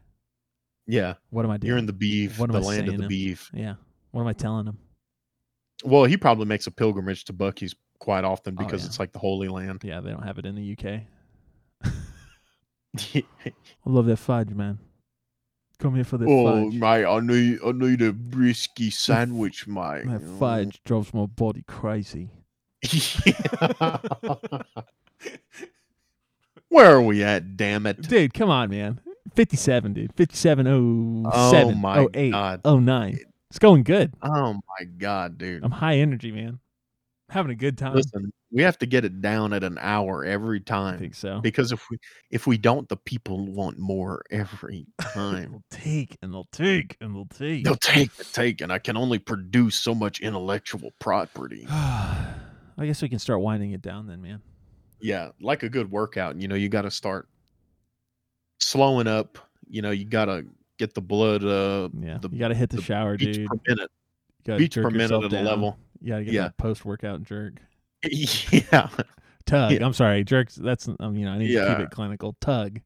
S1: "Yeah,
S3: What am I doing?
S1: you're in the beef,
S3: What
S1: the
S3: am I
S1: land
S3: saying
S1: of the
S3: now?
S1: beef."
S3: yeah. What am I telling him?
S1: Well, he probably makes a pilgrimage to Bucky's quite often
S3: Oh,
S1: because
S3: yeah.
S1: it's like the Holy Land.
S3: Yeah, they don't have it in the UK. I love that fudge, man. Come here for the
S1: oh,
S3: fudge.
S1: mate, I need I need a brisky sandwich, mate.
S3: That fudge drives my body crazy.
S1: Oh. Where are we at? Damn it!
S3: Dude, come on, man. 57, dude. 57,
S1: Oh
S3: 07,
S1: my
S3: 08,
S1: God.
S3: 09. oh, It's going good.
S1: Oh my god, dude!
S3: I'm high energy, man. I'm having a good time.
S1: Listen, we have to get it down at an hour every
S3: I
S1: time.
S3: think so.
S1: because if we if we don't the people want more every time
S3: They'll take and they'll take and they'll take.
S1: they'll take the take and i can only produce so much intellectual property
S3: I guess we can start winding it down then, man.
S1: yeah like a good workout you know you got to start slowing up you know you got to get the blood uh
S3: Yeah.
S1: The-
S3: you got to hit the,
S1: the
S3: shower,
S1: beats
S3: dude.
S1: per minute
S3: You gotta
S1: beats
S3: jerk
S1: per minute
S3: yourself
S1: at a
S3: down.
S1: level
S3: You got to get
S1: Yeah.
S3: that post workout jerk.
S1: yeah
S3: Tug.
S1: Yeah.
S3: I'm sorry, jerks. That's um, you know I need to
S1: Yeah.
S3: keep it clinical. Tug.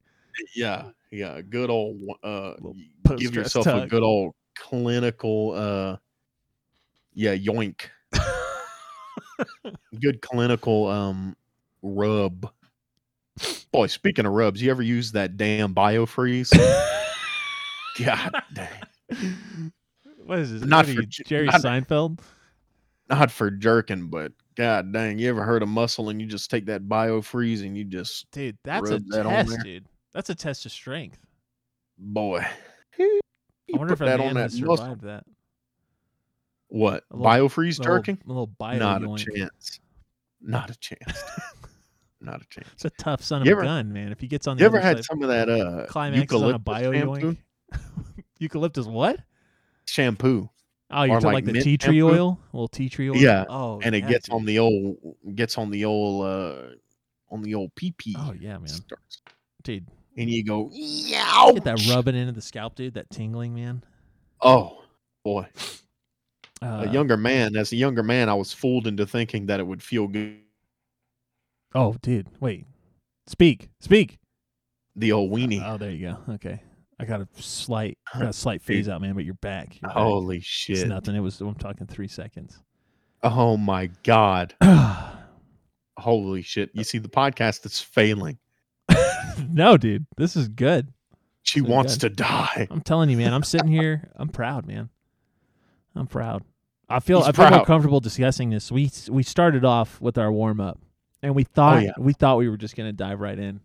S1: yeah yeah good old uh
S3: Little
S1: give
S3: post-stress
S1: yourself a
S3: tug.
S1: good old clinical uh yeah yoink good clinical um rub boy speaking of rubs you ever use that damn biofreeze god dang
S3: what is this?
S1: Not
S3: What are
S1: for
S3: you,
S1: j-
S3: Jerry
S1: not-
S3: Seinfeld.
S1: not for jerking but god dang you ever heard of muscle and you just take that biofreeze and you just
S3: Dude, that's
S1: Rub
S3: a
S1: that on
S3: test,
S1: there.
S3: dude. That's a test of strength.
S1: boy
S3: I
S1: you
S3: wonder if
S1: put
S3: a
S1: that
S3: man
S1: on
S3: has
S1: that muscle
S3: survived that.
S1: what
S3: A little-
S1: biofreeze
S3: The
S1: jerking
S3: Whole, a little bio
S1: not
S3: yoink.
S1: a chance not a chance not a chance
S3: It's a tough son of
S1: You
S3: a
S1: ever-
S3: gun, man. If he gets on the
S1: you ever
S3: other
S1: had
S3: side,
S1: some of that uh
S3: climax on a
S1: eucalyptus
S3: bio
S1: shampoo?
S3: yoink. eucalyptus what?
S1: shampoo
S3: Oh, you're
S1: Or
S3: talking
S1: like
S3: like, the
S1: mint
S3: tea tree
S1: shampoo?
S3: oil, a little tea tree oil.
S1: Yeah,
S3: Oh,
S1: and it
S3: yeah,
S1: gets
S3: dude.
S1: on the old gets on the old uh on the old pee pee
S3: Oh yeah, man.
S1: starts
S3: Dude,
S1: and you go yeah
S3: get that rubbing into the scalp, dude. That tingling, man.
S1: oh boy
S3: Uh,
S1: a younger man as a younger man i was fooled into thinking that it would feel good
S3: Oh, dude, wait. Speak, speak.
S1: the old weenie
S3: Oh, there you go. Okay, I got a slight, got a slight phase out, man. But you're back. You're back.
S1: holy
S3: it's
S1: shit
S3: nothing. It was. I'm talking three seconds.
S1: oh my god
S3: no,
S1: holy shit
S3: Uh
S1: you see the podcast is failing
S3: dude, this is good.
S1: she
S3: So
S1: wants to die
S3: I'm telling you, man. I'm sitting here. I'm proud, man. I'm proud. I feel
S1: He's
S3: I feel more
S1: proud.
S3: comfortable discussing this. We we started off with our warm up, and we thought
S1: Oh, yeah.
S3: we thought we were just gonna dive right in.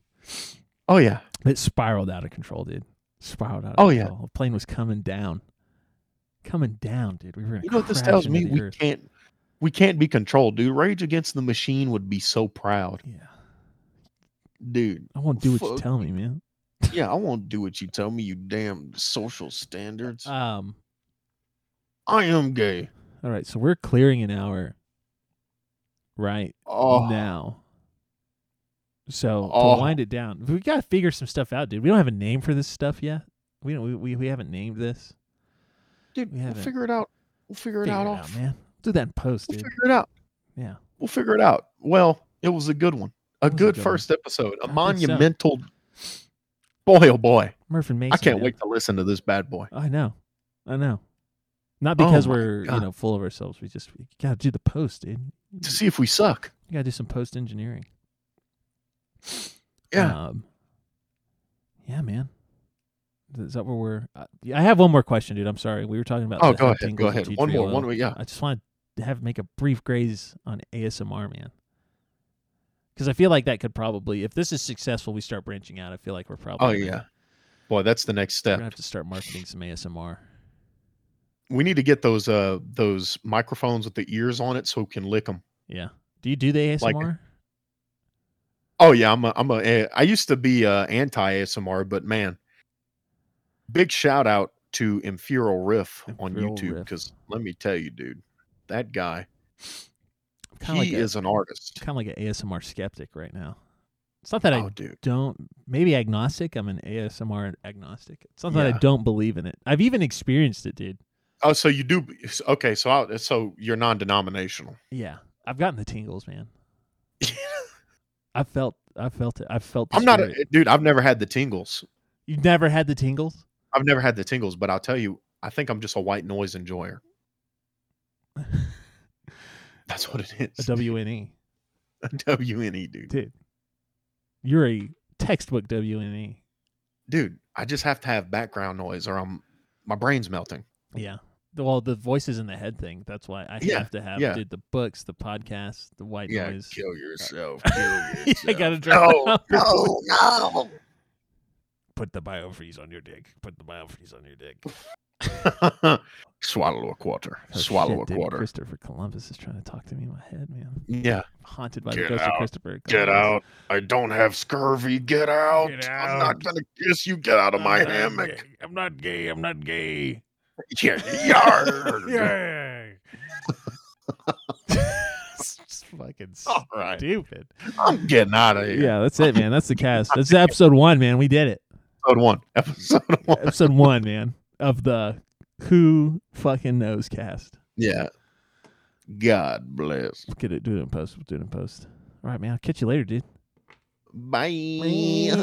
S1: oh yeah
S3: It spiraled out of control, dude. Spiraled out. Of
S1: Oh, yeah.
S3: control. the plane was coming down. coming down, dude. We were gonna
S1: You know what this
S3: crash
S1: tells
S3: into
S1: me?
S3: the
S1: We
S3: earth.
S1: can't we can't be controlled, dude. Rage Against the Machine would be so proud,
S3: Yeah,
S1: dude.
S3: I want to do what you
S1: Fuck.
S3: tell me, man.
S1: Yeah, I won't do what you tell me, you damn
S3: Uh,
S1: social standards.
S3: Um,
S1: I am gay.
S3: all right, so we're clearing an hour right
S1: Oh,
S3: now. So
S1: Oh.
S3: to wind it down, we gotta figure some stuff out, dude. We don't have a name for this stuff yet. We don't. We we, we haven't named this.
S1: dude,
S3: we
S1: we'll
S3: haven't-
S1: figure it out. We'll figure it
S3: Figure
S1: out.
S3: it
S1: off.
S3: out, man. Do that in post,
S1: We'll
S3: dude.
S1: figure it out.
S3: Yeah.
S1: We'll figure it out. Well, it was a good one. A
S3: It was a
S1: good,
S3: good one.
S1: first episode. A
S3: think so.
S1: monumental. Boy, oh boy!
S3: Murph and Mason.
S1: I can't
S3: man.
S1: wait to listen to this bad boy.
S3: I know. I know. Not
S1: Oh
S3: because
S1: my
S3: we're you
S1: God.
S3: know full of ourselves. We just we gotta do the post, dude.
S1: To see if we suck.
S3: You gotta do some post engineering.
S1: Yeah.
S3: Um, yeah, man. Is that where we're? Uh, I have one more question, dude. I'm sorry. We were talking about.
S1: oh,
S3: the
S1: go
S3: hot
S1: ahead. Go
S3: tingles of
S1: ahead. One
S3: tea tree
S1: more.
S3: oil.
S1: One more. Yeah.
S3: I just want to have make a brief graze on ASMR, man. Because I feel like that could probably, if this is successful, we start branching out. I feel like we're probably.
S1: Oh
S3: gonna-
S1: yeah. Boy, that's the next
S3: We're
S1: step.
S3: gonna have to start marketing some ASMR.
S1: We need to get those uh those microphones with the ears on it so we can lick them.
S3: Yeah. Do you do the ASMR?
S1: Like- Oh yeah, I'm a, I'm a eh, I used to be uh anti ASMR, but man, big shout out to Infero Riff on
S3: Infero
S1: YouTube
S3: Riff.
S1: because let me tell you, dude, that guy
S3: kind of
S1: he
S3: like
S1: is an artist.
S3: kind of like an ASMR skeptic right now. It's not that I
S1: oh, dude,
S3: don't maybe agnostic. I'm an ASMR agnostic. It's not that I
S1: Yeah.
S3: don't believe in it. I've even experienced it, dude.
S1: oh, so you do okay? So I, so you're non-denominational.
S3: Yeah, I've gotten the tingles, man. I felt, I felt it. I felt. the
S1: I'm not,
S3: spirit.
S1: a, dude. I've never had the tingles.
S3: You've never had the tingles?
S1: I've never had the tingles, but I'll tell you, I think I'm just a white noise enjoyer. That's what it
S3: A
S1: is.
S3: WNE,
S1: A WNE, dude.
S3: E. dude. You're a textbook E. WNE.
S1: Dude, I just have to have background noise or I'm my brain's melting.
S3: Yeah. The- Well, the voices in the head thing. That's why I
S1: Yeah,
S3: have to have,
S1: yeah.
S3: dude. The books, the podcast, the white
S1: yeah,
S3: noise.
S1: kill Oh. yourself.
S3: I gotta drop.
S1: No, no, Oh, no.
S3: Put the biofreeze on your dick. Put the biofreeze on your dick.
S1: Swallow a quarter.
S3: Oh,
S1: Swallow
S3: shit,
S1: a
S3: dude,
S1: quarter.
S3: Christopher Columbus is trying to talk to me in my head, man.
S1: yeah.
S3: I'm haunted by the
S1: Get
S3: ghost of
S1: out.
S3: Christopher.
S1: Get
S3: Columbus.
S1: out. I don't have scurvy. Get out.
S3: Get
S1: I'm
S3: out.
S1: not gonna kiss you. Get out of my
S3: I'm not
S1: hammock.
S3: gay. I'm not gay. I'm not gay.
S1: Yeah. Yar.
S3: Yeah. It's fucking
S1: All right.
S3: stupid.
S1: I'm getting out of here.
S3: Yeah, that's it, man. That's the cast. That's episode one, man. We did it.
S1: Episode one. Episode one.
S3: Episode one, man, of the Who Fucking Knows cast.
S1: Yeah. God bless.
S3: Get it. Do it in post. We'll do it in post. All right, man. I'll catch you later, dude.
S1: Bye.